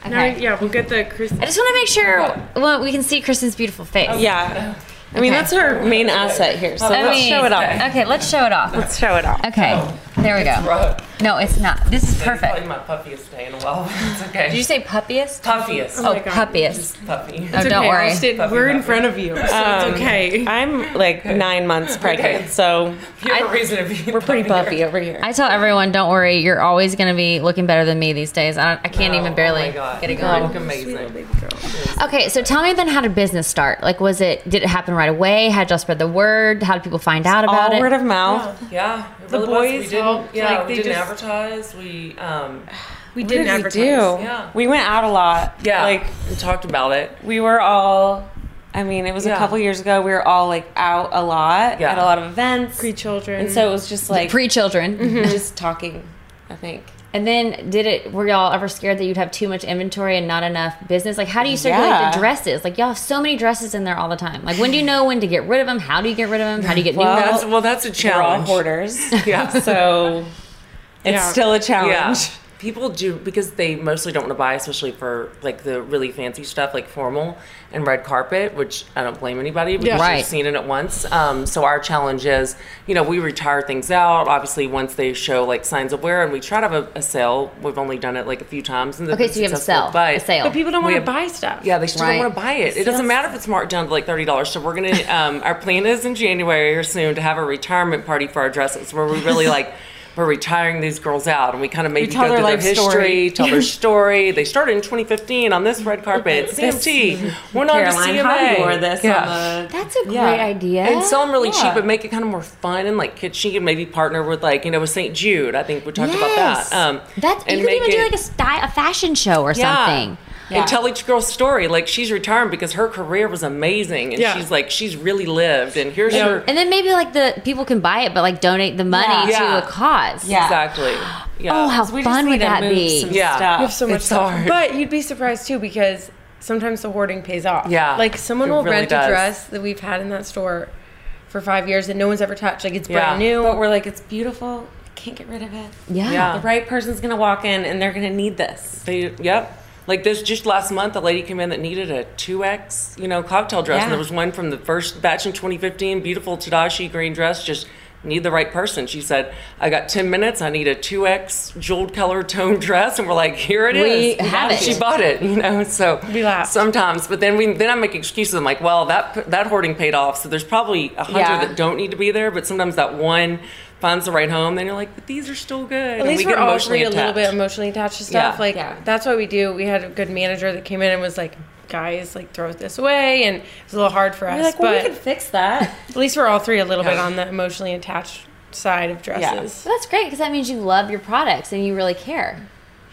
C: people. Now,
B: Okay.
C: yeah, we'll get the Chris.
B: I just want to make sure well, we can see Kristen's beautiful face.
D: Yeah. I mean,
B: Okay.
D: that's her main asset here. So let's
B: mean-
D: show it off.
B: Okay, let's show it off.
D: Let's show it off.
B: Okay. There we go.
E: Right.
B: No, it's not. This is
E: Probably
B: perfect.
E: my puffiest day in a while. It's okay.
B: Did you say puppiest?
E: puffiest?
B: Oh,
C: my God.
B: puppiest.
E: puffy.
B: Oh, don't
C: okay, I'll
B: worry.
C: sit- we're in front of you, so
B: Um,
C: it's okay.
D: I'm like nine months pregnant, so
E: You're the reason to be.
D: we're pretty puffy over here.
B: I tell everyone, don't worry. You're always gonna be looking better than me these days. I, I can't
E: Oh
B: even barely get it going.
E: Look amazing.
B: Okay, so tell me then how did business start? Like, was it, did it happen right away? How did y'all spread the word? How did people find out about
D: All
B: it?
D: word of mouth.
E: Yeah, it
C: The
E: really was.
C: boys
E: We didn't,
C: helped,
E: yeah,
C: like,
E: we
C: they
E: didn't
C: just-
E: advertise. We um,
C: We
D: What
C: didn't
D: did we
C: advertise.
D: do?
E: Yeah.
D: We went out a lot.
E: yeah,
D: Like,
E: we talked about it.
D: we were all, I mean, it was a
E: Yeah.
D: couple years ago. We were all like out a lot
E: Yeah.
D: at a lot of events.
C: Three children.
D: and so it was just like Mm-hmm.
B: Pre children.
D: just talking, I think.
B: And then did it, were y'all ever scared that you'd have too much inventory and not enough business? Like, how do you circulate
D: Yeah.
B: the dresses? Like, y'all have so many dresses in there all the time. Like, when do you know when to get rid of them? How do you get rid of them? How do you get new
D: Well,
B: ones?
E: That's, well, that's a
D: We're all
E: challenge.
D: hoarders.
E: Yeah.
D: So it's
C: Yeah.
D: still a challenge.
E: Yeah. People do because they mostly don't want to buy, especially for like the really fancy stuff, like formal and red carpet, which I don't blame anybody because
B: Right.
E: you've seen it at once. Um, so our challenge is, you know, we retire things out. Obviously, once they show like signs of wear, and we try to have a, a sale. We've only done it like a few times. And
B: Okay, so you have a sale.
E: But
B: A sale.
C: but people don't
E: We
C: want to
E: have-
C: buy stuff.
E: Yeah, they still
B: Right.
E: don't want to buy it. It doesn't matter if it's marked down to like thirty dollars. So we're gonna. Um, our plan is in January or soon to have a retirement party for our dresses, where we really like we're retiring these girls out, and we kind of maybe go
D: tell their
E: through their
D: life
E: history,
D: story.
E: tell their story. They started in 2015 on this red carpet. CMT went on to
D: Caroline Hobby
E: CMA.
D: wore this
E: Yeah.
D: on the.
B: That's a great
D: Yeah.
B: idea.
E: and sell them really
D: Yeah.
E: cheap, but make it kind of more fun and like kitschy, and maybe partner with like you know with St. Jude. I think we talked about
B: Yes.
E: that. Um,
B: That's, you
E: and
B: could even
E: make
B: do
E: it-
B: like a, sty- a fashion show or something.
D: Yeah.
E: and tell each girl's story. Like she's retiring because her career was amazing, and
C: Yeah.
E: she's like she's really lived. And here's her
B: And then maybe like the people can buy it, but like donate the money
E: Yeah.
B: to
E: Yeah.
B: a cause.
D: Yeah.
E: exactly. Yeah.
B: Oh, how
D: We just
B: fun
D: need
B: would
D: to
B: that
D: move
B: be?
D: some
E: Yeah.
D: stuff.
E: You have
C: so much
E: Ah, It's
C: stuff.
E: hard.
C: But you'd be surprised too because sometimes the hoarding pays off.
E: Yeah,
C: Like someone
E: it
C: will
E: really
C: rent a
E: does.
C: dress that we've had in that store for five years that no one's ever touched. Like it's brand
E: Yeah.
C: new.
D: But we're like, it's beautiful. It can't get rid of it.
F: Yeah.
E: Yeah.
D: The right person's gonna walk in and they're gonna need this.
E: They, yep. Like this, just last month, a lady came in that needed a 2X, you know, cocktail dress.
D: Yeah.
E: And there was one from the first batch in 2015, beautiful Tadashi green dress, just need the right person. She said, I got 10 minutes. I need a 2X jeweled color tone dress. And we're like, here it is.
F: We have it.
E: She bought it, you know, so
C: We laughed.
E: sometimes. But then we, then I make excuses. I'm like, well, that, that hoarding paid off. So there's probably a hundred
D: Yeah.
E: that don't need to be there. But sometimes that one finds the right home. Then you're like, but these are still good.
C: At least we're all three a little bit emotionally attached to stuff.
E: Yeah.
C: like
D: Yeah.
C: that's what we do. We had a good manager that came in and was like, "Guys, like throw this away," and it's a little hard for us.
D: You're like, well,
C: but
D: we could fix that.
C: at least we're all three a little bit
E: Yeah.
C: on the emotionally attached side of dresses.
F: But that's great because that means you love your products and you really care.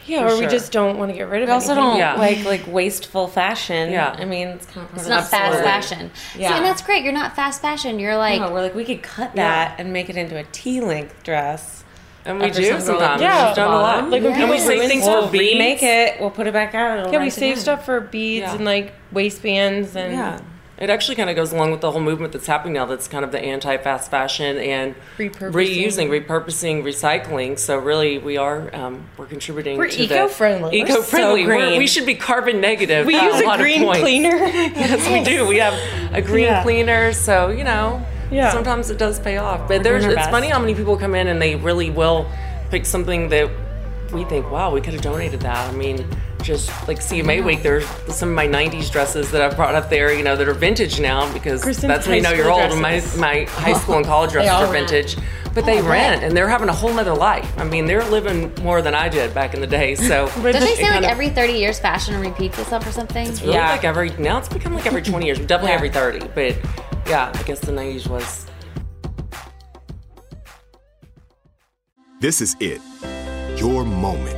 C: Yeah, or we
E: sure.
C: just don't want to get rid of.
D: We also
C: anything.
D: don't
E: Yeah.
D: like like wasteful fashion.
E: Yeah.
D: I mean, it's kind of part
F: It's
D: of
F: not
D: the
F: fast
D: story.
F: fashion. See,
D: Yeah.
F: and that's great. You're not fast fashion. You're like,
D: No, we're like we could cut that and make it into a T-link dress.
E: And we
D: After
E: do
D: some girl-
E: sometimes.
C: Yeah.
E: We've done a lot.
C: Like, when
E: and we
C: people
E: save
C: ruin
E: things
C: stuff,
E: for
D: We'll
E: Oh, beads.
D: remake it. We'll put it back out. it'll
C: Yeah, we
D: run
C: save
D: again.
C: stuff for beads
E: Yeah.
C: and like waistbands and
E: Yeah. It actually kind of goes along with the whole movement that's happening now. That's kind of the anti-fast fashion and
C: Repurposing.
E: reusing, repurposing, recycling. So really, we are um, we're contributing.
C: We're
E: to
C: eco-friendly.
E: The
C: We're so
E: eco-friendly. We're-
D: green.
E: we should be carbon negative.
C: we
E: by
C: use a
E: lot of
C: green
E: points.
C: cleaner.
E: Yes, we do. We have a green
C: Yeah.
E: cleaner, so you know,
C: Yeah.
E: sometimes it does pay off. But there's,
D: doing
E: it's
D: our
E: funny
D: best.
E: how many people come in and they really will pick something that we think, wow, we could have donated that. I mean, just like CMA week, there's some of my '90s dresses that I've brought up there, you know, that are vintage now because
C: Kristen's
E: that's when you
C: high
E: know you're
C: school
E: old. And my
C: dresses.
E: my high school and college dresses
D: all
E: are
D: rent.
E: vintage, but they rent and they're having a whole nother life. I mean, they're living more than I did back in the day. So
F: don't they
E: it
F: say like
E: kind of-
F: every 30 years fashion repeats itself or something?
E: Really
D: Yeah.
E: like every now it's become like every 20 years, definitely every 30. But yeah, I guess the 90s was
G: This is it. Your moment.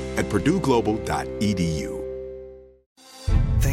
G: at purdueglobal.edu.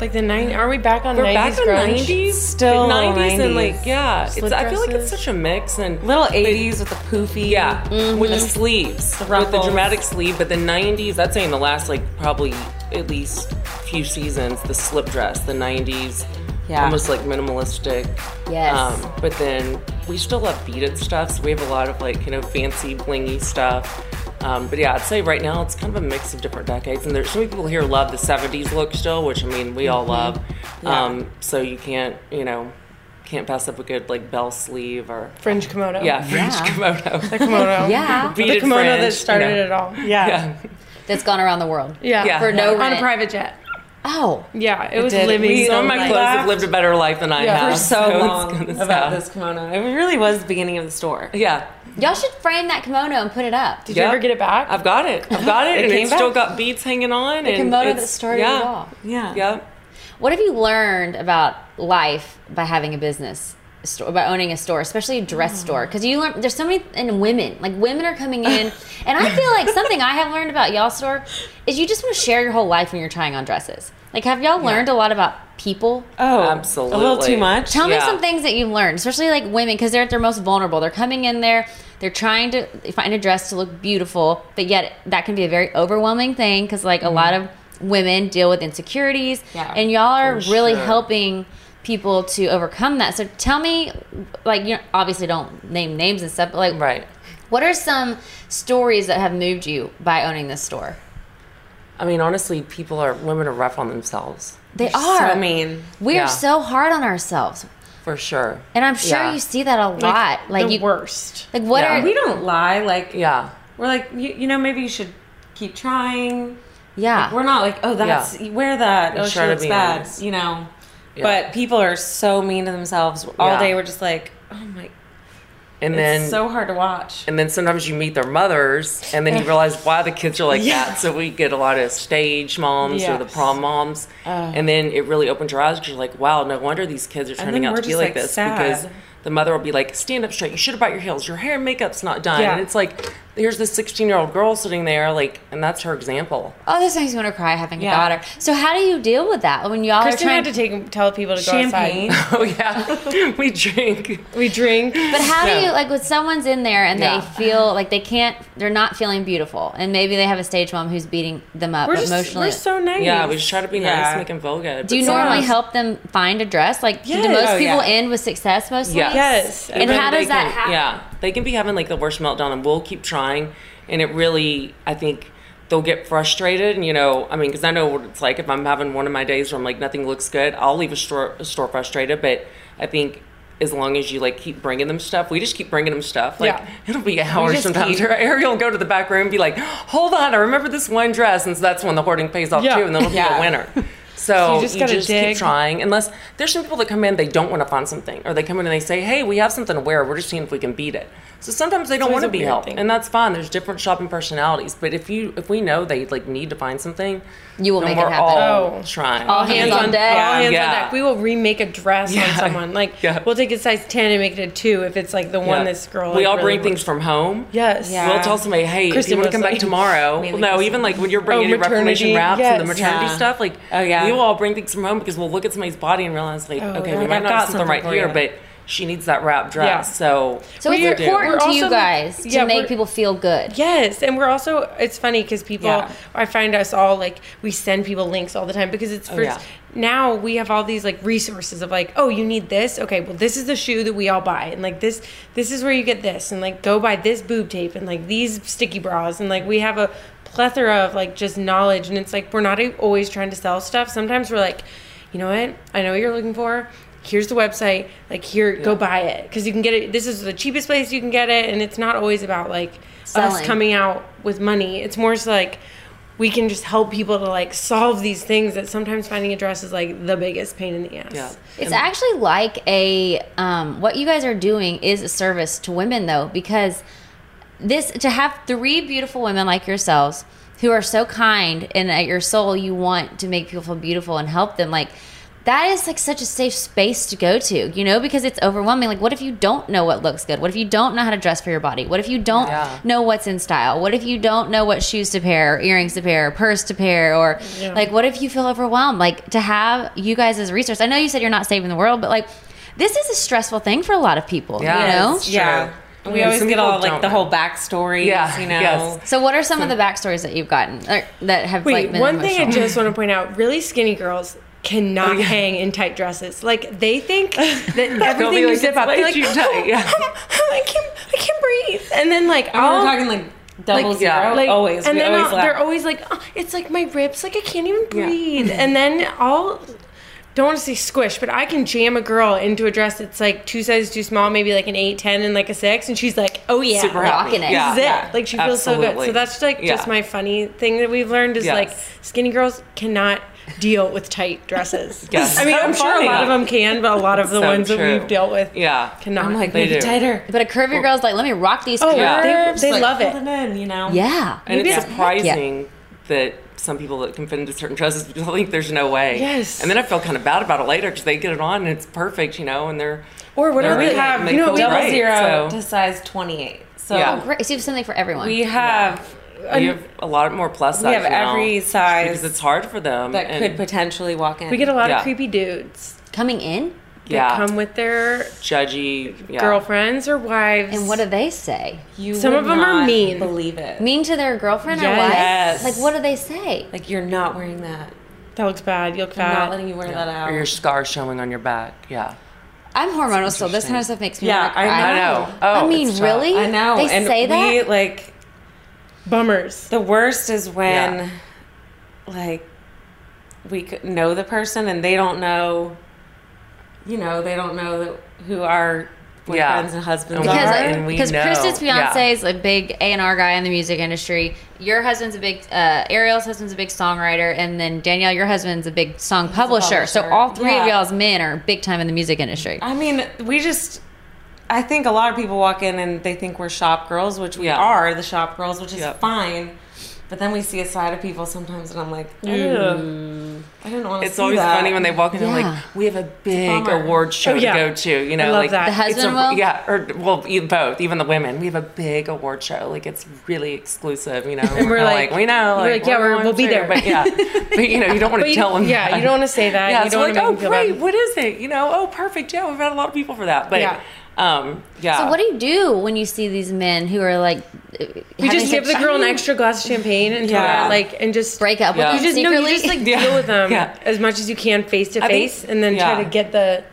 C: like the nine. Are we back on
E: we're
C: 90s
E: back in
C: grunge?
E: 90s,
D: Still
E: like 90s, and like
D: 90s.
E: yeah, it's,
C: Slip
E: I feel like it's
C: dresses.
E: such a mix and
D: Little 80s with the poofy. Mm-hmm.
E: yeah, with the sleeves, with the
D: ruffles.
E: dramatic sleeve. But the 90s, I'd say in the last like probably at least few seasons, the slip dress, the 90s,
D: Yeah.
E: almost like minimalistic.
F: Yes.
E: Um, but then we still have beaded stuff, so we have a lot of like you know fancy blingy stuff. Um, but yeah, I'd say right now it's kind of a mix of different decades, and there's so many people here love the '70s look still, which I mean we all love. Um, so you can't you know can't pass up a good like bell sleeve or
C: Fringe kimono.
E: yeah French kimono.
C: The kimono.
F: Yeah.
C: The
E: Beaded
C: kimono that
E: fringe,
C: started
E: you know.
C: it all. Yeah.
E: yeah.
F: That's gone around the world.
C: Yeah.
E: Yeah.
F: For no
C: On
F: rent.
C: a private jet.
F: Oh.
C: Yeah. It, was
D: did.
C: living.
D: We-
C: so
E: Some of my
C: life.
E: clothes have lived a better life than I
C: Yeah.
E: have.
C: For
D: So
E: it's
D: long
E: gonna
D: about
E: sound-
D: this kimono. It really was the beginning of the store.
E: Yeah.
F: Y'all should frame that kimono and put it up.
C: Did you ever get it back?
E: I've got it. I've got it, and
D: came
E: it's still
D: back.
E: got beads hanging on. The and
F: kimono that
E: it's-
F: started
E: yeah.
F: it all.
D: Yeah.
E: Yep.
F: What have you learned about life by having a business?
B: store, about owning a store, especially a dress store, because you learn there's so many and women like women are coming in, and I feel like something I have learned about y'all store is you just want to share your whole life when you're trying on dresses. Like, have y'all learned a lot about people?
D: Oh, absolutely. A little too much.
B: Tell me some things that you've learned, especially like women, because they're at their most vulnerable. They're coming in there, they're trying to find a dress to look beautiful, but yet that can be a very overwhelming thing because like a
E: Mm-hmm.
B: lot of women deal with insecurities,
D: Yeah,
B: and y'all are
D: for
B: really
D: sure.
B: helping people to overcome that. So tell me, like you know, obviously don't name names and stuff, but like
E: right.
B: What are some stories that have moved you by owning this store?
E: I mean, honestly, people are women are rough on themselves.
B: They
E: They're so
B: are.
E: mean.
B: We
E: Yeah.
B: are so hard on ourselves.
E: for sure.
B: And I'm sure
E: Yeah.
B: you see that a lot. Like,
C: the
B: you
C: worst.
B: Like what
E: Yeah.
B: are
D: We don't lie. Like
E: Yeah.
D: we're like you, you know maybe you should keep trying.
B: Yeah.
D: We're not like oh that's wear that.
E: We're
D: Oh
E: sure
D: she
E: to
D: looks
E: be
D: bad.
E: honest.
D: You know.
E: Yeah.
D: But people are so mean to themselves all
E: Yeah.
D: day. We're just like oh my.
E: And
D: it's
E: then
D: so hard to watch.
E: and then sometimes you meet their mothers and then you realize why the kids are like
D: Yeah.
E: that. So we get a lot of stage moms or the
D: Yes.
E: prom moms.
D: Ugh.
E: and then it really opened your eyes 'cause you're like, wow, no wonder these kids are turning
D: then
E: out to
D: we're
E: be
D: just,
E: like,
D: like,
E: this
D: sad.
E: because the mother will be like, stand up straight. You should have brought your heels. Your hair and makeup's not done.
D: Yeah.
E: And it's like, here's this 16 year old girl sitting there, like, and that's her example.
B: oh, this makes me want to cry having
D: Yeah.
B: a daughter. So how do you deal with that when y'all
C: Kristen
B: are trying
C: had to take tell people to go
D: Champagne.
C: outside.
E: Oh, yeah. we drink.
C: We drink.
B: But how do
E: Yeah.
B: you like when someone's in there and
E: Yeah.
B: they feel like they can't, they're not feeling beautiful, and maybe they have a stage mom who's beating them up
C: We're just
B: emotionally.
C: we're so nice.
E: Yeah, we just try to be
D: Yeah.
E: nice, make them feel good.
B: do you
E: But
B: normally
E: sometimes-
B: help them find a dress? Like, do
D: Yes.
B: most
D: Oh,
B: people
D: yeah.
B: end with success mostly?
E: Yes.
C: Yes.
B: And how
E: then
B: does
E: they
B: that
E: can-
B: happen?
E: Yeah, they can be having like the worst meltdown, and we'll keep trying. And it really, I think they'll get frustrated. And you know, I mean, because I know what it's like. If I'm having one of my days where I'm like nothing looks good, I'll leave a store a store frustrated. But I think as long as you like keep bringing them stuff, we just keep bringing them stuff. Like
C: Yeah.
E: it'll be hours
C: just
E: sometimes.
C: keep-
E: Ariel will go to the back room and be like, "Hold on, I remember this one dress," and so that's when the hoarding pays off
C: Yeah.
E: too, and then it'll be
D: Yeah.
E: a winner. So
C: you
E: you
C: just
E: just,
C: gotta dig.
E: keep trying. Unless there's some people that come in, they don't want to find something, or they come in and they say, "Hey, we have something to wear. We're just seeing if we can beat it." So sometimes they don't
C: always
E: want to
C: a
E: be
C: weird
E: helped,
C: thing.
E: and that's fine. There's different shopping personalities, but if you if we know they like need to find something,
B: You will
E: then
B: make it
E: we're
B: happen.
E: all
C: Oh.
E: trying.
B: All hands on deck.
C: All hands
E: Yeah.
C: on deck. We will remake a dress on
E: Yeah.
C: someone. Like
E: Yeah.
C: we'll take a size ten and make it a two if it's like the
E: Yeah.
C: one this girl.
E: We
C: like,
E: all
C: really
E: bring
C: wants.
E: things from home.
C: Yes. Yeah.
E: We'll tell somebody, hey, if
C: Kristen
E: you want
C: was
E: to come
C: like-
E: back tomorrow.
C: Mainly
E: Well, no,
C: Kristen. Oh,
E: even like when you're bringing your
C: maternity,
E: Reformation wraps and the
C: yes.
E: maternity
D: Yeah.
E: stuff, like,
D: Oh, yeah.
E: we will all bring things from home because we'll look at somebody's body and realize, like, okay, we
C: Oh, like,
E: might
C: I've
E: not
C: got
E: have something
C: something
E: right
C: for
E: here,
C: you.
E: but she needs that wrap dress.
C: Yeah.
E: So,
B: So
C: We're-
B: it's
C: we're
B: important to you
C: also, like-
B: guys
C: yeah,
B: to make
C: we're-
B: people feel good.
C: Yes, and we're also it's funny because people
E: Yeah.
C: I find us all like we send people links all the time because it's for
E: Oh, yeah.
C: now we have all these like resources of like oh you need this okay well this is the shoe that we all buy and like this this is where you get this and like go buy this boob tape and like these sticky bras and like we have a plethora of like just knowledge and it's like we're not always trying to sell stuff sometimes we're like you know what I know what you're looking for. Here's the website. Like here, go buy it because you can get it. This is the cheapest place you can get it, and it's not always about like us
B: Selling.
C: coming coming out with money. It's more so like we can just help people to like solve these things that sometimes finding a dress is like the biggest pain in the ass.
E: yeah.
B: It's actually like a um, what you guys are doing is a service to women though because this to have three beautiful women like yourselves who are so kind and at your soul you want to make people feel beautiful and help them like that is like such a safe space to go to you know because it's overwhelming like what if you don't know what looks good what if you don't know how to dress for your body what if you don't
E: Yeah.
B: know what's in style what if you don't know what shoes to pair or earrings to pair or purse to pair or like what if you feel overwhelmed like to have you guys as a resource i know you said you're not saving the world but like this is a stressful thing for a lot of people
E: Yeah.
B: you know
E: It's true.
D: Yeah.
E: I
D: We
E: mean,
D: always
E: some
D: get
E: people
D: all like
E: don't
D: the
E: know.
D: whole backstory.
E: Yeah,
D: You know.
E: yes.
B: So, what are some of the backstories that you've gotten or that have like
C: Wait,
B: been
C: one thing I
B: emotional?
C: just want to point out: really skinny girls cannot hang in tight dresses. Like they think that everything
E: be
C: you
E: like,
C: zip
E: "It's
C: up,
E: way
C: they're like, "Oh,
E: too tight." Yeah.
C: I can't, I can't breathe. And then like,
D: I mean,
C: I'll-
D: we're talking like double
E: Like, yeah.
D: zero.
C: like
D: always.
C: and
D: we
C: then
D: always
C: I'll-
D: laugh.
C: they're always like oh, it's like my ribs like i can't even breathe and then i'll don't want to say squish but i can jam a girl into a dress that's like two sizes too small maybe like an eight, ten, and like a 6 and she's like oh yeah
E: Super
C: like,
E: happy.
B: Rocking it.
E: Yeah.
C: this is it like she feels so good
E: Absolutely.
C: so that's like just
E: Yeah.
C: my funny thing that we've learned is like
E: Yes.
C: skinny girls cannot deal with tight dresses
E: Yes.
C: i mean i'm
E: So
C: sure a lot
E: funny.
C: of them can but a lot of the
E: So
C: ones
E: true.
C: that we've dealt with
E: Yeah.
C: cannot
E: I'm like,
C: They
E: they do.
D: tighter.
B: but a curvy
D: Oh.
B: girl's like, let me rock these
C: oh
B: curves.
E: Yeah.
C: they, they
D: Like,
C: love it
D: pulling in, you know.
B: Yeah.
E: And
B: Maybe
E: it's
B: it's- heck yeah.
E: surprising that some people that can fit into certain dresses think there's no way.
C: Yes.
E: And then I feel kind of bad about it later because they get it on and it's perfect, you know, and they're
C: Or whatever
E: they're
C: we
E: in it
C: have,
E: and
C: you know,
E: feel
C: double
E: great,
D: zero
E: so-
D: to size 28. So
E: Yeah.
B: Oh, great. So you have something for everyone.
D: we have
E: We have a lot more plus
D: We
E: size.
D: have
E: now
D: every size
E: because it's hard for them.
D: that
E: and-
D: could potentially walk in.
C: We get a lot
E: Yeah.
C: of creepy dudes
B: Coming in?
C: that
E: yeah,
C: come with their
E: judgy yeah.
C: girlfriends or wives.
B: And what do they say?
D: You
C: Some of
D: would
C: 'em are
D: not
C: mean.
D: Believe it.
B: Mean to their girlfriend or wife?
D: Yes.
B: Like, what do they say?
D: Like you're not wearing that.
C: that looks bad. You look
D: I'm not
C: fat.
D: letting you wear that
E: Or
D: out.
E: your scar showing on your back. Yeah.
B: I'm hormonal still. This kind of stuff makes me.
D: Yeah,
B: like,
D: I know.
B: I
E: Oh,
B: mean,
E: it's tough.
B: really?
D: I know.
B: They
D: and
B: say that.
D: We, like
C: Bummers.
D: the worst is when,
E: Yeah.
D: like, we could know the person and they don't know. You know, they don't know that who our boyfriends
E: Yeah.
D: and husbands
E: Because-
D: are.
E: and we
B: because
E: know.
B: Kristen's
E: Yeah.
B: fiance is a big A and R guy in the music industry. Your husband's a big uh, Ariel's husband's a big songwriter, and then Danielle, your husband's a big song publisher. So
D: publisher.
B: all three of
D: Yeah.
B: y'all's men are big time in the music industry.
D: I mean, we just. I think a lot of people walk in and they think we're shop girls, which we
E: Yeah.
D: are the shop girls, which is
E: Yep.
D: fine. But then we see a side of people sometimes, and I'm like, Ew. I didn't want to.
E: It's always funny when they walk in and they're
B: Yeah.
E: like, we have a big
D: bummer.
E: award show
C: Oh, yeah.
E: to go to. You know,
C: I love
E: like
C: that. The
E: it's
B: husband
E: a-
B: will?
E: Yeah, or well, you both, even the women. We have a big award show. Like it's really exclusive. You know, and
C: we're like-
E: we know,
C: we're like, yeah, we're-
E: going
C: we'll be
E: to,
C: there.
E: But yeah, but you know, you don't want
C: But
E: to
C: you-
E: tell them.
C: yeah,
E: that.
C: you don't wanna say that.
E: Yeah,
C: You
E: so
C: don't
E: like,
C: wanna
E: oh
C: make them feel
E: great,
C: bad.
E: what is it? You know, oh perfect. Yeah, we've had a lot of people for that. But
C: Yeah.
E: um, yeah.
B: So what do you do when you see these men who are like? uh,
C: We just give the girl an extra glass of champagne and tell
D: Yeah.
C: her like and just
B: break up
E: Yeah.
C: You
B: with them
C: just
B: secretly.
C: no, you just like
E: Yeah.
C: deal with them
E: Yeah.
C: as much as you can face to
E: think-
C: face, and then
E: yeah.
C: try to get the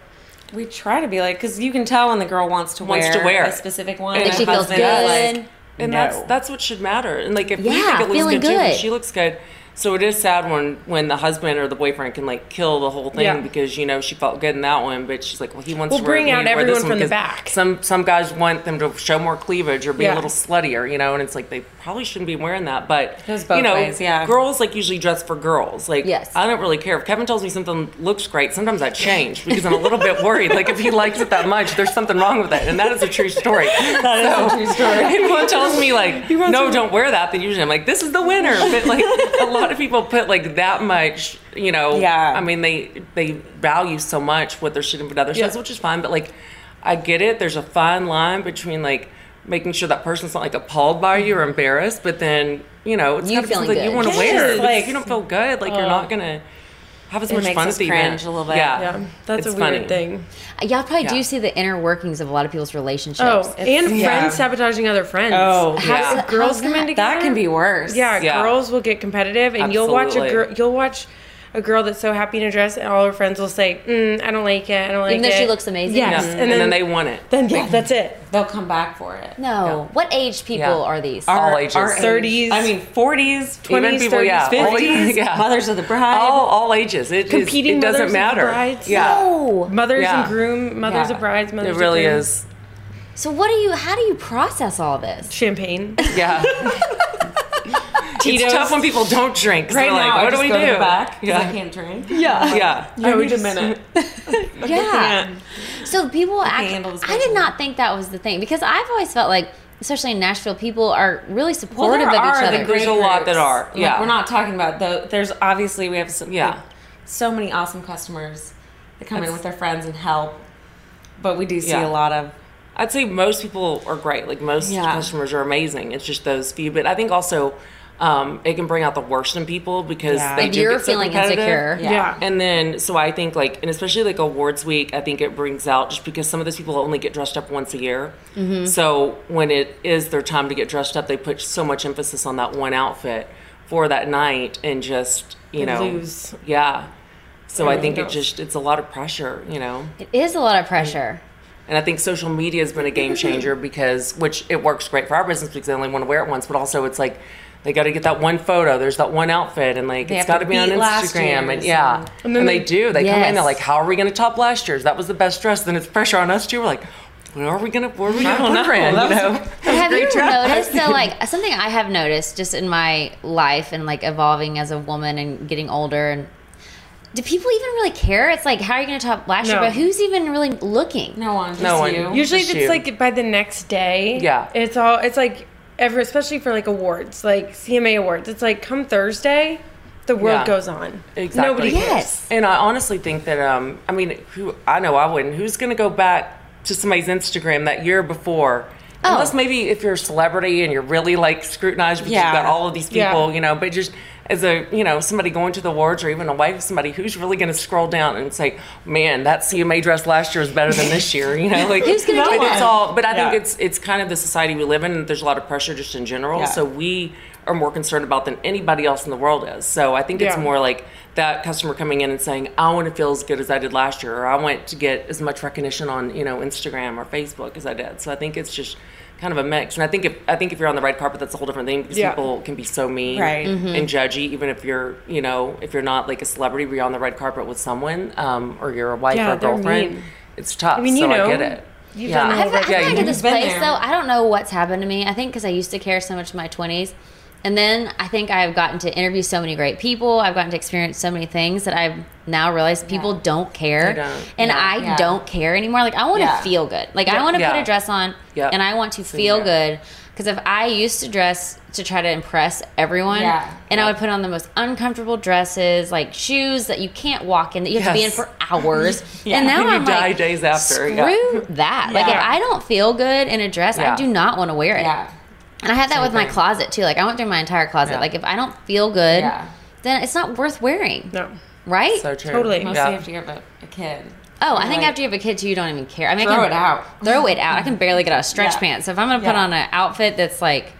D: we try to be like, because you can tell when the girl wants to
E: Wants
D: wear
E: to wear
D: a
E: it.
D: specific one,
E: And my
B: Like
D: and
B: she
D: the
B: feels
D: husband is
B: good.
D: like,
E: And that's that's what should matter. And like if we
B: Yeah,
E: think it looks
B: feeling
E: good, too,
B: good.
E: then she looks good. So it is sad when when the husband or the boyfriend can like kill the whole thing
C: Yeah.
E: because you know she felt good in that one, but she's like, well, he wants
C: Well,
E: to wear it,
C: bring
E: we
C: out
E: need to wear
C: everyone
E: this one
C: from the
E: 'cause
C: back.
E: Some some guys want them to show more cleavage or be
C: Yeah.
E: a little sluttier, you know, and it's like they probably shouldn't be wearing that. But
D: Goes both
E: you know,
D: ways, yeah.
E: girls like usually dress for girls. Like
B: Yes.
E: I don't really care if Kevin tells me something looks great. Sometimes I change because I'm a little bit worried. Like if he likes it that much, there's something wrong with it, and that is a true story. That is a true story. Everyone tells me like, no, don't wear that. Then usually I'm like, this is the winner. But like a lot of people put like that much, you know.
D: Yeah.
E: I mean, they they value so much what they're shooting for the other shows, which is fine. But like, I get it. There's a fine line between like making sure that person's not like appalled by you or embarrassed, but then you know it's
B: You
E: gotta be
B: feeling
E: something you
B: good.
E: want to
B: Yes,
E: wear. Because
D: like-
E: if you don't feel good, like you're not gonna have as much
D: makes
E: fun
D: us
E: at the event.
D: cringe a little bit.
E: Yeah,
C: yeah. That's
E: It's
C: a weird
E: funny.
C: thing.
B: Uh, Y'all probably do
E: Yeah.
B: see the inner workings of a lot of people's relationships.
C: Oh, and friends
D: yeah.
C: sabotaging other friends.
D: Oh,
B: How's
E: yeah.
B: that-
C: girls
B: how's
C: come in
B: that?
C: together.
D: that can be worse.
C: Yeah,
E: Yeah.
C: girls will get competitive, and you'll watch a
E: Absolutely.
C: girl. You'll watch a girl that's so happy in a dress, and all her friends will say, mm, "I don't like it. I don't like
B: Even
C: it."
B: though she looks amazing?
C: Yes,
E: Yeah.
C: and,
E: And,
C: then,
E: then, they want it.
C: then yeah, that's it.
D: they'll come back for it.
B: No. What age people
E: Yeah.
B: are these?
E: All ages.
D: age.
C: 30s,
D: I mean, 40s, 20s,
E: Even people, yeah,
D: 30s,
E: all
D: 50s,
E: ages, yeah.
D: mothers of the bride.
E: all all ages. It is-
C: Competing
E: it doesn't
C: mothers and
E: matter.
C: brides.
E: Yeah,
B: Oh.
C: Mothers
E: Yeah.
C: and groom, mothers
D: Yeah.
C: of brides, mothers.
E: it
C: of
E: really
C: grooms.
E: is.
B: So what do you? How do you process all this?
C: champagne.
E: Yeah. It's tough when people don't drink. 'cause
D: right
E: they're like,
D: now,
E: what
D: I
E: do
D: just
E: we
D: go
E: do?
D: to the back 'cause I
E: Yeah.
D: can't drink.
E: Yeah.
C: Yeah, we just
B: Yeah. So people act.
D: handle this
B: I did not think that was the thing because I've always felt like, especially in Nashville, people are really
D: Well,
B: supportive
D: there
B: of each
D: are
B: other.
D: the great
E: There's a lot that
D: groups.
E: are,
D: Like,
E: yeah.
D: we're not talking about though. There's obviously we have so,
E: Yeah.
D: like, so many awesome customers that come in with their friends and help, but we do see
E: Yeah.
D: a lot of
E: I'd say most people are great. Like most
D: Yeah.
E: customers are amazing. It's just those few. But I think also um, it can bring out the worst in people because
D: Yeah.
E: they
B: If
E: do
B: you're
E: get so
B: feeling
E: competitive.
B: insecure.
D: Yeah.
C: Yeah.
E: And then, so I think like, and especially like awards week, I think it brings out just because some of those people only get dressed up once a year.
B: Mm-hmm.
E: So when it is their time to get dressed up, they put so much emphasis on that one outfit for that night and just, you know,
C: lose.
E: yeah. So I think it
C: else.
E: just, it's a lot of pressure, you know?
B: It is a lot of pressure.
E: And I think social media has been a game changer because, which it works great for our business because they only want to wear it once, but also it's like they got to get that one photo. There's that one outfit, and like it's
D: have
E: got
D: to
E: to be on
D: beat last
E: Instagram. And
D: year's
E: yeah,
D: and-
E: and, they, do. They come in.
B: Yes.
E: They're like, "How are we going to top last year's? That was the best dress." Then it's pressure on us too. We're like, "Where are we going to? Where are we going to put her in?" You know?
B: Have you
E: try.
B: noticed though, like something I have noticed just in my life and like evolving as a woman and getting older and. Do people even really care? It's like, how are you going to top last year?
C: No.
B: But who's even really looking?
D: no one, just
E: No one.
D: you.
E: You-
C: Usually, if
E: Just
C: it's like by the next day,
E: Yeah.
C: it's all it's like ever, especially for like awards, like CMA awards. It's like come Thursday, the world
E: Yeah.
C: goes on.
E: Exactly.
C: Nobody cares.
E: And I honestly think that um, I mean, who I know I wouldn't. Who's going to go back to somebody's Instagram that year before? Unless maybe if you're a celebrity and you're really like scrutinized, but
D: Yeah.
E: you've got all of these
D: Yeah.
E: people, you know. But just as a you know somebody going to the awards or even a wife of somebody who's really going to scroll down and say, "Man, that CMA dress last year is better than this year," you know? Like
B: Who's gonna
E: but
B: do
E: It's
B: that?
E: all. But I
D: Yeah.
E: think it's it's kind of the society we live in. and There's a lot of pressure just in general.
D: Yeah.
E: So we are more concerned about than anybody else in the world is. So I think it's
C: Yeah.
E: more or, like that customer coming in and saying, "I want to feel as good as I did last year," or "I want to get as much recognition on you know Instagram or Facebook as I did." So I think it's just kind of a mix, and I think if I think if you're on the red carpet, that's a whole different thing because
C: Yeah.
E: people can be so mean
D: Right.
E: and judgy, even if you're you know if you're not like a celebrity, but you're on the red carpet with someone, um, or you're a wife
C: Yeah,
E: or a
C: they're
E: girlfriend.
C: mean.
E: It's tough.
C: I mean, you
E: so
C: know,
E: I get it.
C: you've
E: yeah.
C: done the whole
B: I've, I've
E: yeah,
B: gotten
E: you-
B: to this
D: been
B: place
D: there.
B: though. I don't know what's happened to me. I think because I used to care so much in my twenties, and then I think I've gotten to interview so many great people. I've gotten to experience so many things that I've now realized people don't care,
E: They don't.
B: and
E: Yeah.
B: I
D: Yeah.
B: don't care anymore. Like I want to
D: Yeah.
B: feel good. Like I want to put
E: Yeah.
B: a dress on,
E: Yep.
B: and I want to
E: Same
B: feel
E: here.
B: good. Because if I used to dress to try to impress everyone,
D: Yeah.
B: and I would put on the most uncomfortable dresses, like shoes that you can't walk in, that you have to be in
E: Yes.
B: for hours, and now
E: You
B: I'm
E: die
B: like,
E: days after, yeah.
B: Screw that. Like if
D: Yeah.
B: I don't feel good in a dress, I
E: Yeah.
B: do not want to wear it.
D: Yeah.
B: And I had that with my
E: thing.
B: closet too. Like I went through my entire closet.
E: Yeah.
B: Like if I don't feel good,
D: Yeah.
B: then it's not worth wearing.
C: No.
B: Right?
E: So true.
C: Totally.
D: Mostly
E: Yeah.
D: after you have a, a kid.
B: oh, I think
D: like-
B: after you have a kid too, you don't even care. I mean, I
D: Throw
B: can
D: it out.
B: Throw it out. I can barely get out of stretch
D: Yeah.
B: pants. So if I'm gonna put
D: Yeah.
B: on an outfit that's like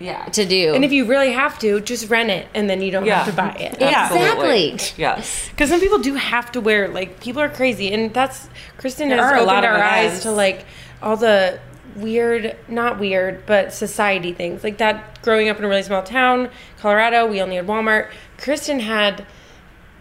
D: Yeah.
B: to do,
C: And if you really have to, just rent it, and then you don't
E: Yeah.
C: have to buy it.
D: Yeah.
E: Absolutely.
B: Exactly.
E: Yes.
C: Because some people do have to wear like people are crazy, and that's Kristen
D: There
C: has
D: are a
C: opened
D: lot of
C: our eyes
D: events.
C: to like all the weird, not weird, but society things like that. Growing up in a really small town, Colorado, we only had Walmart. Kristen had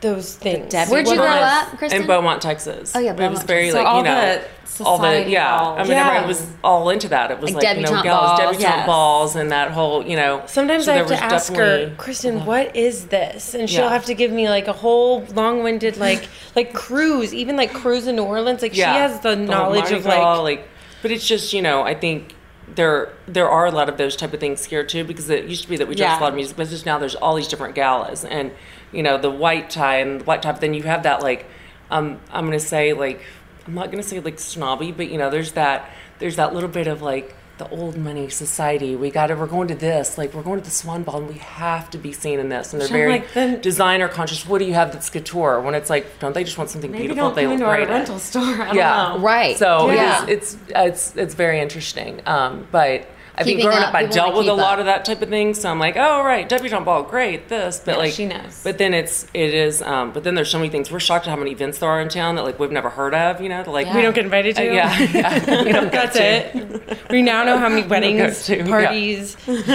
C: those things.
D: Debbie
B: where'd you grow
D: Woodlands.
B: up, Kristen?
E: In Beaumont, Texas.
B: Oh, yeah,
E: It was
B: Beaumont,
E: very
B: Texas.
E: like
D: So all
E: you know
D: the
E: all the
D: society
E: yeah.
D: balls.
E: I mean,
C: Yeah.
E: everyone was all into that. It was like,
B: Like
E: you know,
B: debutante
E: gals,
B: balls,
E: debutante
D: yes.
E: balls, and that whole you know.
C: Sometimes
E: so
C: I
E: there
C: have to
E: was
C: ask her,
E: definitely- Uh-huh.
C: Kristen, what is this? And she'll
E: Yeah.
C: have to give me like a whole long-winded like like cruise, even like cruise in New Orleans. Like she has the,
E: whole
C: knowledge
E: Mardi
C: of
E: Gras,
C: like
E: but it's just you know i think there there are a lot of those type of things here too because it used to be that we dressed
D: Yeah.
E: a lot of music business now there's all these different galas and you know the white tie and the white top then you have that like um i'm gonna say like i'm not gonna say like snobby but you know there's that there's that little bit of like the old money society. We got to. We're going to this. Like we're going to the Swan Ball, and we have to be seen in this. And they're
C: I'm
E: very
C: like, then-
E: designer conscious. What do you have that's couture? When it's like, don't they just want something
D: Maybe
E: beautiful?
D: don't
E: they
D: come
E: look
D: into our
E: great in.
D: rental store. I don't
E: Yeah,
D: know.
B: Right.
E: So
B: Yeah.
E: it is, it's it's it's very interesting. Um, but I think
B: Keeping
E: growing
B: up,
E: up, I
B: people
E: dealt
B: wanna
E: with a
B: keep
E: lot
B: up.
E: of that type of thing. So I'm like, oh right, debutante ball, great, this, but
D: Yeah,
E: like
D: she knows.
E: But then it's it is. Um, but then there's so many things. We're shocked at how many events there are in town that like we've never heard of. You know, that, like
C: we don't get invited
E: Uh,
C: to.
E: yeah, yeah. we don't
C: That's
E: go to.
C: it. We now know how many weddings,
E: to, yeah.
C: parties, halls.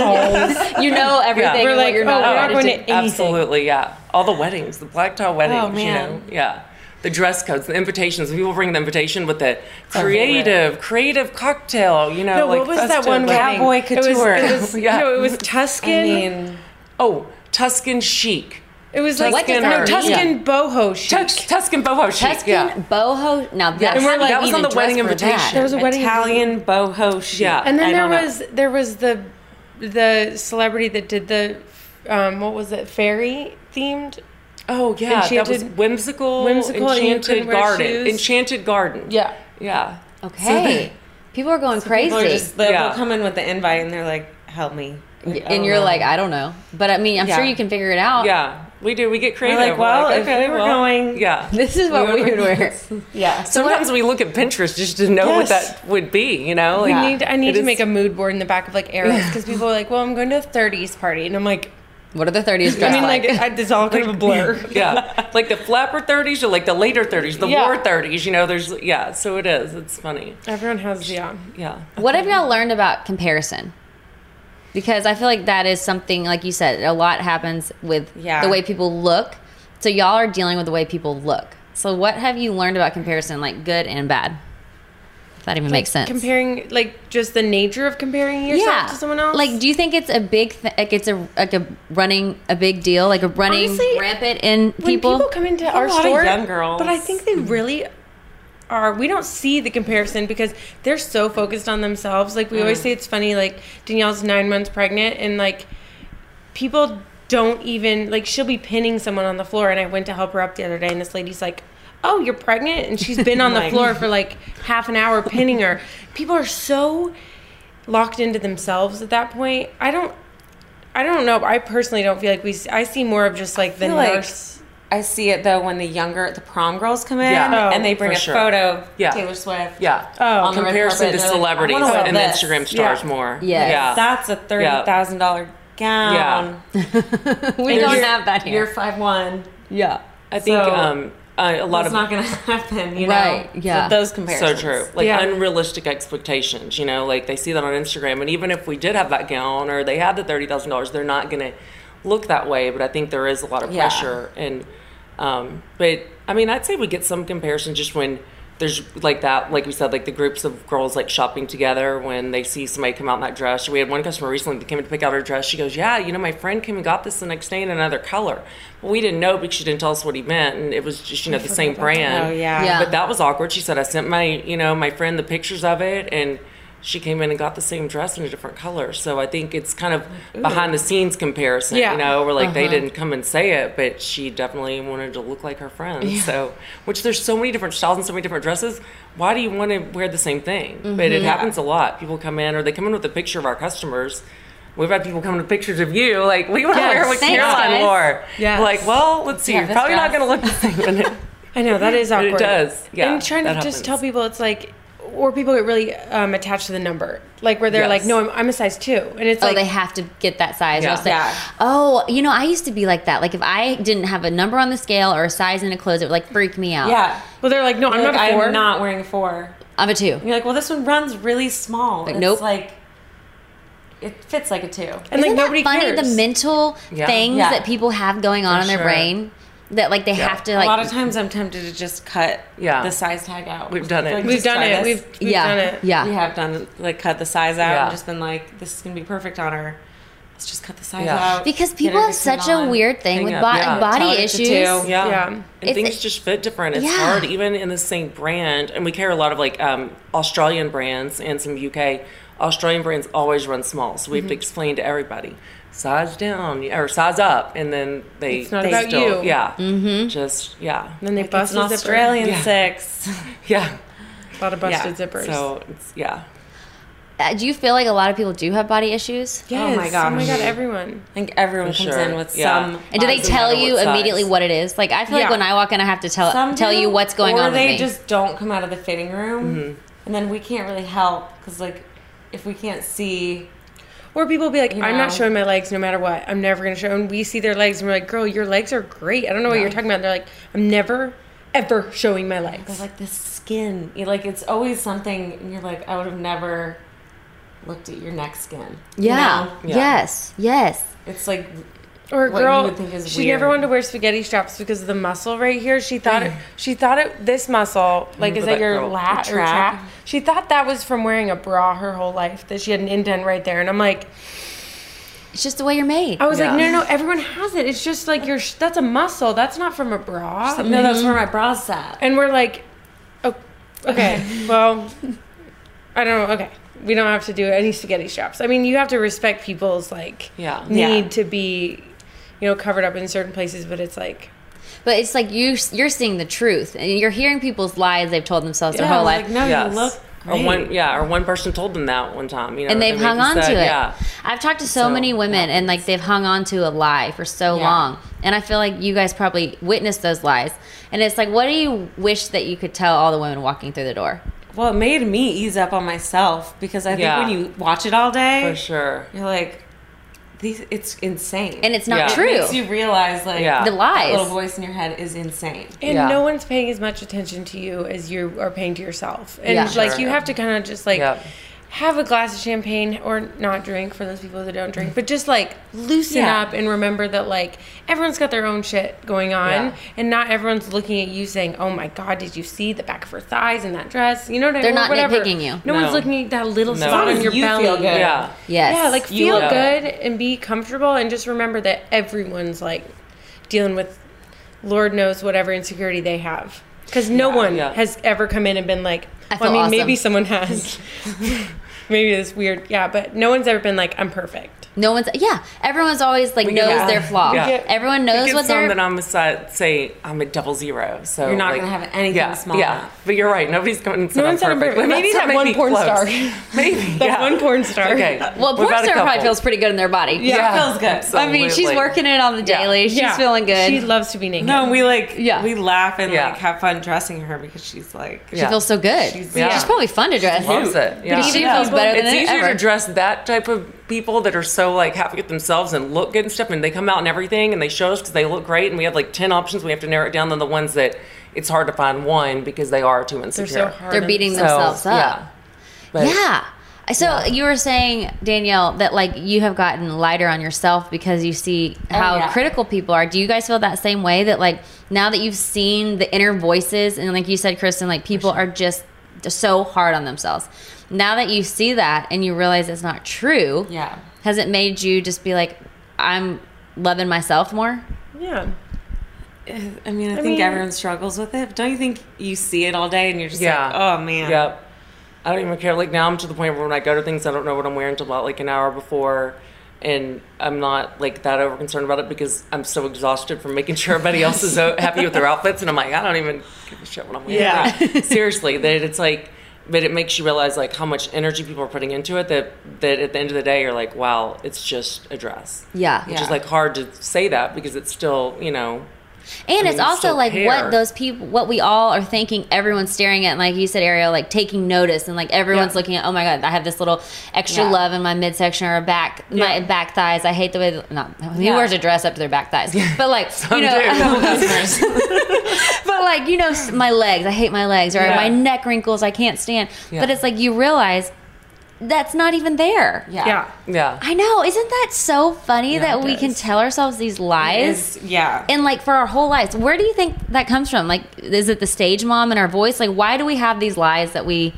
B: you know everything.
E: We're
B: and what
C: like, oh, we're
B: you're not
C: not
B: allowed
C: going
B: do.
C: to anything. Oh,
E: Absolutely, yeah. All the weddings, the black tie weddings,
D: man.
E: you know, yeah. The dress codes, the invitations. People bring the invitation with the
D: favorite.
E: creative, creative cocktail. You know,
C: No,
E: like
C: what was that
E: festive,
C: one
E: like-
C: wedding?
D: cowboy
C: It was-
D: couture.
C: It was,
E: Yeah.
C: No, it was Tuscan.
D: I mean,
E: Oh, Tuscan chic.
C: it was like
B: What does
C: no
B: that
C: Tuscan
B: mean?
C: boho chic.
E: Tux, Tuscan boho chic.
B: Tuscan
E: yeah.
B: boho. Now that's
E: And we're like-
B: that was on the wedding invitation.
C: There was a wedding
D: Italian boho chic.
E: Yeah.
C: and
E: I
C: then there
E: don't know.
C: was there was the the celebrity that did the um, what was it fairy themed.
E: Oh yeah, that was
C: Enchanted-
E: whimsical,
C: whimsical, and you couldn't
E: enchanted
C: wear
E: garden,
C: shoes.
E: enchanted garden.
C: Yeah.
E: Yeah.
B: Okay,
E: then-
B: people are going crazy.
D: People are just they'll
E: Yeah.
D: come in with the invite and they're like, "Help me."
B: and you're like, I don't know, but I mean, I'm
D: Yeah.
B: sure you can figure it out.
E: Yeah. We do. We get creative.
D: like,
E: We're
D: well, if we were
E: well,
D: going-
E: yeah.
B: This is what we would wear.
D: "Yeah." So
E: Sometimes we look at Pinterest just to know what
C: Yes.
E: that would be. You know, like
C: I need I need
E: it
C: to
E: is-
C: make a mood board in the back of like arrows because people are like, well, I'm going to a 30s party, and I'm like,
B: What are the 30s dress
C: I mean,
B: like?
C: like, I, this is all kind of a blur.
E: yeah, like the flapper thirties or like the later thirties, the
C: Yeah.
E: war thirties. You know, there's yeah. So it is. It's funny.
C: Everyone has yeah.
E: Yeah.
B: what have y'all learned about comparison? Because I feel like that is something, like you said, a lot happens with
D: Yeah.
B: the way people look. So y'all are dealing with the way people look. So what have you learned about comparison, like good and bad? If that even makes sense.
C: Comparing like just the nature of comparing yourself to someone else.
B: Like, do you think it's a big, th- like it's a like a running a big deal, like a running
C: Honestly,
B: rampant in
C: when people,
B: people?
C: come into our
D: lot of
C: store,
D: young girls-
C: but I think they really are we don't see the comparison because they're so focused on themselves. Like
D: Mm.
C: we always say, it's funny. Like Danielle's nine months pregnant, and like people don't even like she'll be pinning someone on the floor. And I went to help her up the other day, and this lady's like. Oh, you're pregnant, and she's been on the
D: Like-
C: floor for like half an hour pinning her. People are so locked into themselves at that point. I don't, I don't know. I personally don't feel like we. I see more of just like the
D: feel like-
C: nurse
D: I see it though when the younger the prom girls come in
E: Yeah.
D: and they bring
E: For
D: a
E: sure.
D: photo of
E: Yeah.
D: Taylor Swift.
E: Yeah.
D: On the red
E: Comparison to
D: carpet, they're like, I
E: celebrities
D: wanna wear
E: and
D: this.
E: Instagram stars
C: Yeah.
E: more.
B: Yes.
E: Yeah.
D: That's a thirty thousand dollar gown.
B: we
D: And
B: don't
D: you're-
B: have that
D: You're
B: here.
D: five one.
B: Yeah.
E: I think
D: So-
E: um, I- a lot
D: That's
E: of
D: not gonna happen, you
B: Right,
D: know.
B: yeah.
D: So those comparisons.
E: So true. Like
C: Yeah.
E: unrealistic expectations. You know, like they see that on Instagram, and even if we did have that gown or they had the thirty thousand dollars, they're not going to look that way. But I think there is a lot of
D: Yeah.
E: pressure, and um, but I mean, I'd say we get some comparison just when there's like that, like we said, like the groups of girls like shopping together when they see somebody come out in that dress. We had one customer recently that came in to pick out her dress. She goes, "Yeah, you know, my friend came and got this the next day in another color." Well, we didn't know because she didn't tell us what he meant, and it was just you know the same brand.
D: Oh, yeah.
B: Yeah.
E: But that was awkward. She said I sent my, you know, my friend the pictures of it and she came in and got the same dress in a different color. So I think it's kind of behind the scenes comparison,
C: Yeah.
E: you know, where like
B: Uh-huh.
E: they didn't come and say it, but she definitely wanted to look like her friend. So, which there's so many different styles and so many different dresses. Why do you want to wear the same thing?
B: Mm-hmm.
E: But it happens a lot. People come in or they come in with a picture of our customers. We've had people come to pictures of you, like we want to wear what
B: Thanks,
E: Caroline
B: guys.
E: wore.
C: Yes.
E: Like, well, let's see.
B: Yeah,
E: You're
B: this
E: probably not
B: dress.
E: going to look the same. in it.
C: I know that is
E: But
C: awkward.
E: it does. Yeah,
C: And trying to
E: that
C: just
E: happens.
C: tell people it's like, or people get really um, attached to the number, like where they're
E: Yes.
C: like, no, I'm, I'm a size two, and it's
B: Oh,
C: like,
B: they have to get that size.
E: Yeah.
B: Or say,
D: Yeah.
B: Oh, you know, I used to be like that. Like if I didn't have a number on the scale or a size in a clothes, it would like freak me out.
D: Yeah.
C: well, they're like, no, I'm
D: Like,
C: not a four.
D: I'm not wearing a four.
B: I'm a two.
D: You're like, well, this one runs really small.
B: Like,
D: it's
B: nope.
D: like it fits like a two.
C: and like
B: Isn't
C: nobody
B: that funny
C: cares.
B: the mental
E: Yeah.
B: things
D: Yeah.
B: that people have going on in their
E: sure.
B: brain that like they have to like
D: a lot of times, I'm tempted to just cut
E: Yeah.
D: the size tag out.
E: We've done it.
D: Like,
C: we've
D: just
C: done
D: try
C: it.
D: this.
C: We've, we've
B: yeah,
C: done it.
B: yeah.
D: we have done like cut the size out
E: Yeah.
D: and just been like, this is gonna be perfect on her. Let's just cut the size
E: Yeah.
D: out.
B: Because
D: get
B: people
D: her
B: have
D: to put
B: such
D: it
B: a
D: on.
B: weird thing
E: Hang
B: with
E: up.
B: bo-
E: Yeah.
D: Tell
B: body
D: her to
B: issues.
D: do.
E: Yeah.
C: Yeah.
E: And
B: It's-
E: things just fit different. It's
B: Yeah.
E: hard, even in the same brand. And we carry a lot of like um, Australian brands and some UK. Australian brands always run small. So we
B: Mm-hmm.
E: have to explain to everybody size down or size up. And then they.
C: It's not
E: they
C: about
E: still,
C: you.
E: Yeah.
B: Mm-hmm.
E: Just, yeah.
C: And then they
D: It's
C: bust
D: an
C: a zipper.
D: Australian
E: Yeah.
D: six.
E: Yeah.
C: A lot of busted zippers.
E: So, it's, yeah.
B: Uh, Do you feel like a lot of people do have body issues?
C: yes.
D: Oh my gosh.
C: Oh my god, everyone.
D: I think everyone
E: For
D: comes
E: sure.
D: in with
E: Yeah.
D: some.
B: And do they
D: lies, no
B: tell
D: matter
B: you
D: what size.
B: immediately what it is? Like I feel
C: Yeah.
B: like when I walk in, I have to tell
D: Some
B: tell
D: do,
B: you what's going
D: or
B: on. with
D: they
B: me.
D: just don't come out of the fitting room, and then we can't really help because like if we can't see,
C: Or people will be like,
D: You
C: I'm not
D: know.
C: showing my legs no matter what. I'm never gonna show. And we see their legs, and we're like, girl, your legs are great. I don't know what you're talking about. They're like, I'm never, ever showing my legs.
D: it's like this skin. You like it's always something, and you're like, I would have never looked at your neck skin. you
B: yeah.
D: know?
B: yes, yes.
D: it's like
C: Or a
D: what you
C: girl,
D: would think is
C: she never
D: weird.
C: wanted to wear spaghetti straps because of the muscle right here. She thought it, she thought it this muscle like is that
E: Remember that
C: your
E: girl.
C: lat
D: The
C: or
D: trap.
C: trap? She thought that was from wearing a bra her whole life that she had an indent right there, and I'm like,
B: It's just the way you're made.
C: I was like, no,
E: Yeah.
C: no, no, everyone has it. It's just like your sh- that's a muscle. That's not from a
E: Oh,
C: bra.
D: no, that's where my bra's at.
C: And we're like, oh, okay, well, I don't know. Okay, we don't have to do any spaghetti straps. I mean, you have to respect people's like
E: Yeah.
C: need
D: Yeah.
C: to be, you know, covered up in certain places, but it's like.
B: But it's like you you're seeing the truth and you're hearing people's lies they've told themselves
D: Yeah,
B: their
D: I
B: whole
D: was
B: life.
D: like, no,
E: Yes.
D: you look.
E: Or
D: great.
E: one, yeah, or one person told them that one time, you know,
B: and they've
E: they
B: hung
E: maybe
B: on to
E: said,
B: it.
E: Yeah,
B: I've talked to so,
E: So,
B: many women,
E: yeah.
B: and like they've hung on to a lie for so
D: Yeah.
B: long. And I feel like you guys probably witnessed those lies. And it's like, what do you wish that you could tell all the women walking through the door?
D: Well, it made me ease up on myself because I think
E: Yeah.
D: when you watch it all day,
E: for sure.
D: you're like, these. It's insane,
B: And it's not
E: Yeah. It
B: true.
D: makes you realize like
E: Yeah.
B: the
D: that
B: lies.
D: little voice in your head is insane.
C: And
E: Yeah.
C: no one's paying as much attention to you as you are paying to yourself. And
B: Yeah.
C: like
E: Sure.
C: you have to kind of just like
E: Yeah.
C: have a glass of champagne or not drink for those people that don't drink, but just like loosen
D: Yeah.
C: up and remember that like everyone's got their own shit going on
E: Yeah.
C: and not everyone's looking at you saying, "Oh my god, did you see the back of her thighs and that dress?" You know what I mean?
B: They're not
C: Whatever.
B: nitpicking you.
C: No, one's
E: No.
C: looking at that little
E: No.
C: spot
E: As long
C: on
E: as
C: your
D: you
C: belly.
D: feel good.
E: Yeah.
B: Yes.
C: Yeah, like
E: You
C: feel
E: look
C: good and be comfortable, and just remember that everyone's like dealing with Lord knows whatever insecurity they have. Because no one
E: yeah.
C: has ever come in and been like,
B: I
C: well, I
B: feel
C: mean,
B: awesome.
C: maybe someone has. maybe it's weird. Yeah, but no one's ever been like, I'm perfect.
B: No one's yeah. Everyone's always like knows
E: yeah.
B: their flaw.
E: Yeah.
B: Everyone
E: It
B: knows
E: gets
B: what
E: some
B: they're.
E: that I'm a si- say I'm at double zero. So
D: You're not
E: like-
D: gonna have anything
E: yeah,
D: small
E: Yeah,
D: enough.
E: but you're right. Nobody's going to.
C: No one's had a perfect. Maybe that one porn star.
E: Maybe
C: That
E: yeah.
C: one porn star.
E: Okay.
B: Well,
E: What
B: porn
E: about a
B: star probably
E: couple?
B: feels pretty good in their body.
E: Yeah,
D: feels good.
B: I mean, she's
E: absolutely.
B: working it on the daily. She's
C: Yeah.
B: feeling good.
C: She
B: She,
C: loves to be naked.
D: No, we like
B: Yeah.
D: we laugh and
E: Yeah.
D: like have fun dressing her because she's like
E: Yeah.
B: feels so good. She's,
D: She's-
E: yeah.
B: probably fun to dress.
E: Loves it. Yeah.
B: She feels better
E: it's
B: than
E: easier
B: ever.
E: to dress that type of people that are so like happy with themselves and look good and stuff, and they come out and everything, and they show us because they look great, and we have like ten options. We have to narrow it down than the ones that it's hard to find one because they are too
C: They're
E: insecure.
C: so hard.
B: They're
C: on
B: beating
E: So,
B: themselves up.
E: Yeah. But-
B: yeah. So you were saying Danielle that like you have gotten lighter on yourself because you see how
D: yeah.
B: critical people are. Do you guys feel that same way that like now that you've seen the inner voices and like you said Kristen like people are just so hard on themselves. Now that you see that and you realize it's not true,
D: Yeah.
B: has it made you just be like I'm loving myself more?
C: Yeah.
D: I mean, I, think
C: mean-
D: everyone struggles with it. But don't you think you see it all day and you're just like,
E: Yeah.
D: oh man.
E: Yep. I don't even care. Like now, I'm to the point where when I go to things, I don't know what I'm wearing until about like an hour before, and I'm not like that over concerned about it because I'm so exhausted from making sure everybody else is o- happy with their outfits, and I'm like, I don't even give a shit what I'm wearing.
D: Yeah.
E: Seriously, that it's like, but it makes you realize like how much energy people are putting into it. That that at the end of the day, you're like, wow, it's just a dress.
B: Yeah.
E: Which is like hard to say that because it's still you know
B: And
E: I
B: it's
E: mean,
B: also
E: still
B: like
E: care.
B: what those people, what we all are thinking. Everyone's staring at, and like you said, Ariel, like taking notice, and like everyone's
E: Yeah.
B: looking at. Oh my god, I have this little extra
D: Yeah.
B: love in my midsection or back, my back thighs. I hate the way that, not who
D: Yeah.
B: wears a dress up to their back thighs, but like you
E: do.
B: know, but like you know, s- my legs. I hate my legs or
E: Yeah.
B: my neck wrinkles. I can't stand. But
E: Yeah.
B: it's like you realize that's not even there.
D: Yeah.
C: Yeah.
E: yeah.
B: I know. Isn't that so funny that
E: it
B: we can
E: is.
B: tell ourselves these lies?
D: It's- yeah.
B: and like for our whole lives where do you think that comes from like is it the stage mom and our voice like why do we have these lies that we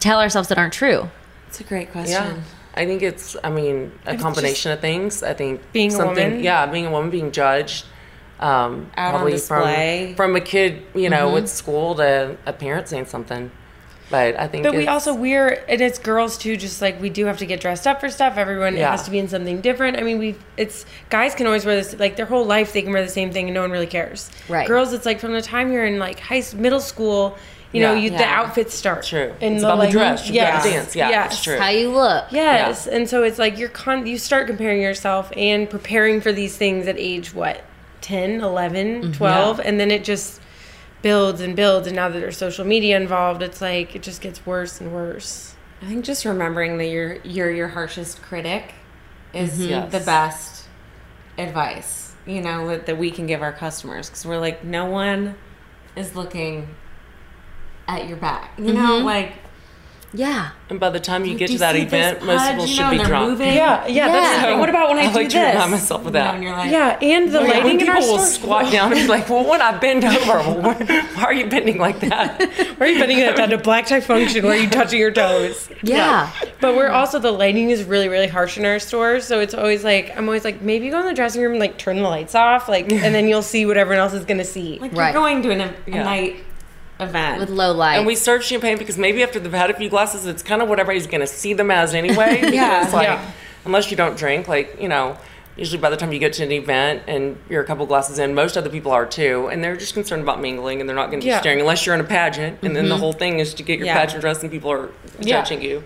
B: tell ourselves that aren't true
D: It's a great
E: Yeah.
D: question.
E: I think it's, I mean, a combination of things. I think
C: Being a
E: something,
C: woman.
E: yeah, being a woman, being judged, um,
D: Out on
E: probably
D: display.
E: from from a kid, you know, at school to a parent saying something. But I think,
C: But we
E: it's-
C: also we're and it's girls too. Just like we do have to get dressed up for stuff. Everyone
E: Yeah.
C: has to be in something different. I mean, we it's guys can always wear this like their whole life they can wear the same thing and no one really cares.
B: Right.
C: Girls, it's like from the time you're in like high s- middle school, you know,
E: Yeah.
C: you the
D: Yeah.
C: outfits start.
E: True.
C: And
E: It's about the dress, you gotta dance. Yeah,
C: yes,
E: it's true.
B: how you look
C: Yes, and so it's like you're con you start comparing yourself and preparing for these things at age what 10, 11, 12 and then it just builds and builds and now that there's social media involved it's like it just gets worse and worse.
D: I think just remembering that you're you're your harshest critic is
E: Yes.
D: the best advice. You know that, that we can give our customers because we're like no one is looking at your back. You know, like
B: yeah
E: and by the time you get
D: do
E: to that
D: see this
E: event, most
D: pudge?
E: people
D: You
E: should
D: know,
E: be
D: and they're
E: drunk.
D: moving.
C: Yeah, yeah, that's
B: Yeah.
C: what about when I
E: I
C: do
E: like to
C: this?
E: remind myself of
D: you know,
E: that.
D: and you're like
C: yeah, and the
E: Like, when
C: lighting in our
E: people will
C: store.
E: squat down and be like, "Well, when I bend over, why why are you bending like that?"
C: Why Are you putting that down to black tie function where you touching your toes?
B: yeah
C: But we're also the lighting is really really harsh in our stores, so it's always like I'm always like maybe go in the dressing room and like turn the lights off, like and then you'll see what everyone else is gonna see.
D: like
B: Right.
D: you're going to an, ev- a
E: Yeah.
D: night event
B: with low light
E: And we serve champagne because maybe after they've had a few glasses, it's kind of what everybody's going to see them as anyway.
D: Yeah.
E: Because, like,
C: Yeah.
E: Unless you don't drink, like, you know, usually by the time you get to an event and you're a couple glasses in, most other people are too. And they're just concerned about mingling and they're not going to
C: Yeah. Mm-hmm.
E: be staring unless you're in a pageant. And then the whole thing is to get your
D: Yeah.
E: pageant dress and people are
C: Yeah.
E: judging you.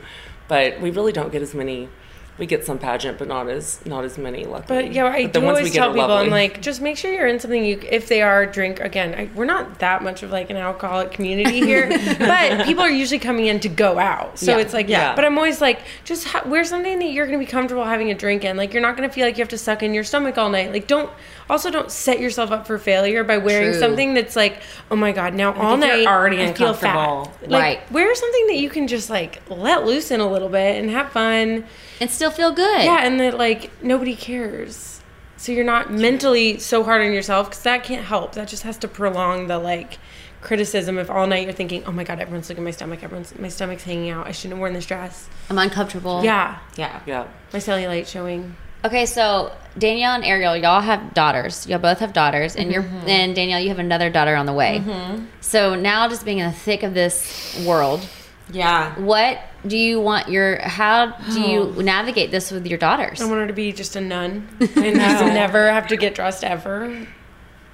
E: But we really don't get as many. We get some pageant, but not as not as many. Luckily,
C: But yeah, I
E: the
C: do
E: ones
C: always
E: we get
C: tell
E: are
C: people, I'm
E: lovely.
C: like, just make sure you're in something you, if they are, drink again. I, we're not that much of like an alcoholic community here, but people are usually coming in to go out. So
B: Yeah.
C: it's like,
E: Yeah.
C: But I'm always like, just ha- wear something that you're going to be comfortable having a drink in. Like, you're not going to feel like you have to suck in your stomach all night. Like, don't, also don't set yourself up for failure by wearing
B: True.
C: something that's like, oh my God, now all
D: if
C: night.
D: you're already
C: I feel fat.
D: uncomfortable.
C: Like,
B: Right.
C: Wear something that you can just like let loose in a little bit and have fun.
B: and still feel good
C: Yeah, and that like nobody cares. So you're not mentally so hard on yourself because that can't help. That just has to prolong the like criticism. If all night you're thinking, "Oh my god, everyone's looking at my stomach. Everyone's my stomach's hanging out. I shouldn't have worn this dress."
B: i'm uncomfortable
C: Yeah,
D: yeah
E: yeah,
C: my cellulite showing.
B: Okay, so Danielle and Ariel, y'all have daughters. Y'all both have daughters, and you're
E: Mm-hmm.
F: Mhm.
B: and Danielle, you have another daughter on the way.
F: Mhm.
B: So now, just being in the thick of this world,
D: yeah.
B: What do you want your? How do
C: Oh.
B: you navigate this with your daughters?
C: I want her to be just a nun. And just never have to get dressed ever.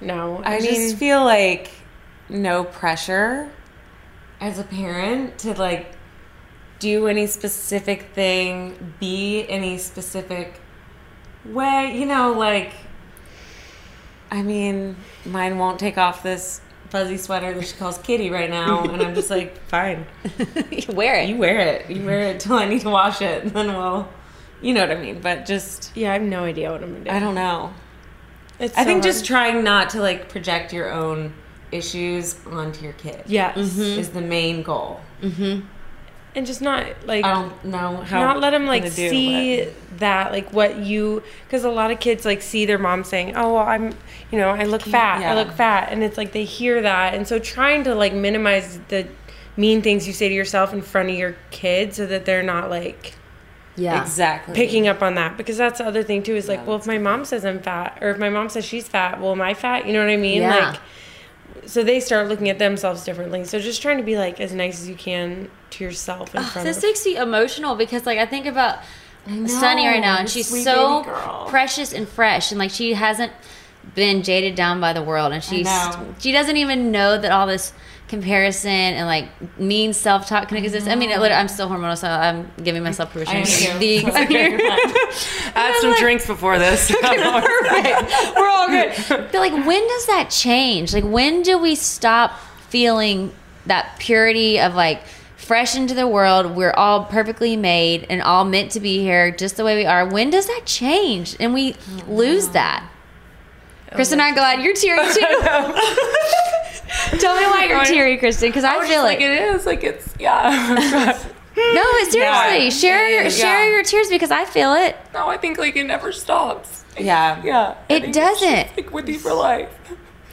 C: No.
D: I just feel like no pressure as a parent to like do any specific thing, be any specific way, you know, like I mean, mine won't take off this fuzzy sweater that she calls Kitty right now, and I'm just like, fine.
B: you wear it.
D: You wear it. You wear it till I need to wash it, and then we'll you know what I mean, but just
C: Yeah, I have no idea what I'm gonna do.
D: I don't know.
C: It's
D: I
C: so
D: think
C: hard.
D: just trying not to like project your own issues onto your kid.
C: Yes. Mhm.
D: is the main goal.
C: Mm-hmm. And just not like
D: I don't know how
C: not let them
D: I'm
C: like
D: gonna do
C: see
D: it.
C: that like what you because a lot of kids like see their mom saying oh well, I'm you know I look fat
D: yeah.
C: I look fat and it's like they hear that and so trying to like minimize the mean things you say to yourself in front of your kid so that they're not like
B: Yeah.
D: Exactly.
C: picking up on that because that's the other thing too is like well if my mom says I'm fat or if my mom says she's fat well am I fat you know what I mean
B: Yeah.
C: like so they start looking at themselves differently so just trying to be like as nice as you can to yourself in front
B: This
C: of
B: makes me emotional because, like, I think about Sunny right now, and she's
C: sweet
B: so
C: baby girl.
B: precious and fresh, and like she hasn't been jaded down by the world, and she's
D: know.
B: she doesn't even know that all this comparison and like mean self talk can exist. I mean, it, literally- I'm still hormonal, so I'm giving myself permission.
E: am
B: to
E: too.
B: be-
E: Add some drinks before this.
B: We're all good. But like, when does that change? Like, when do we stop feeling that purity of like fresh into the world? We're all perfectly made and all meant to be here just the way we are. When does that change? And we lose that. Kristen, I'm glad you're teary too. Tell me why you're teary, Kristen, because I feel
E: like
B: like
E: it is. Like it's yeah.
B: no, but seriously,
E: Yeah.
B: share your,
E: Yeah.
B: share your tears because I feel it.
E: no, I think like it never stops.
D: Yeah.
E: Yeah. I think
B: It
E: it's
B: doesn't.
E: just, Like with you for life.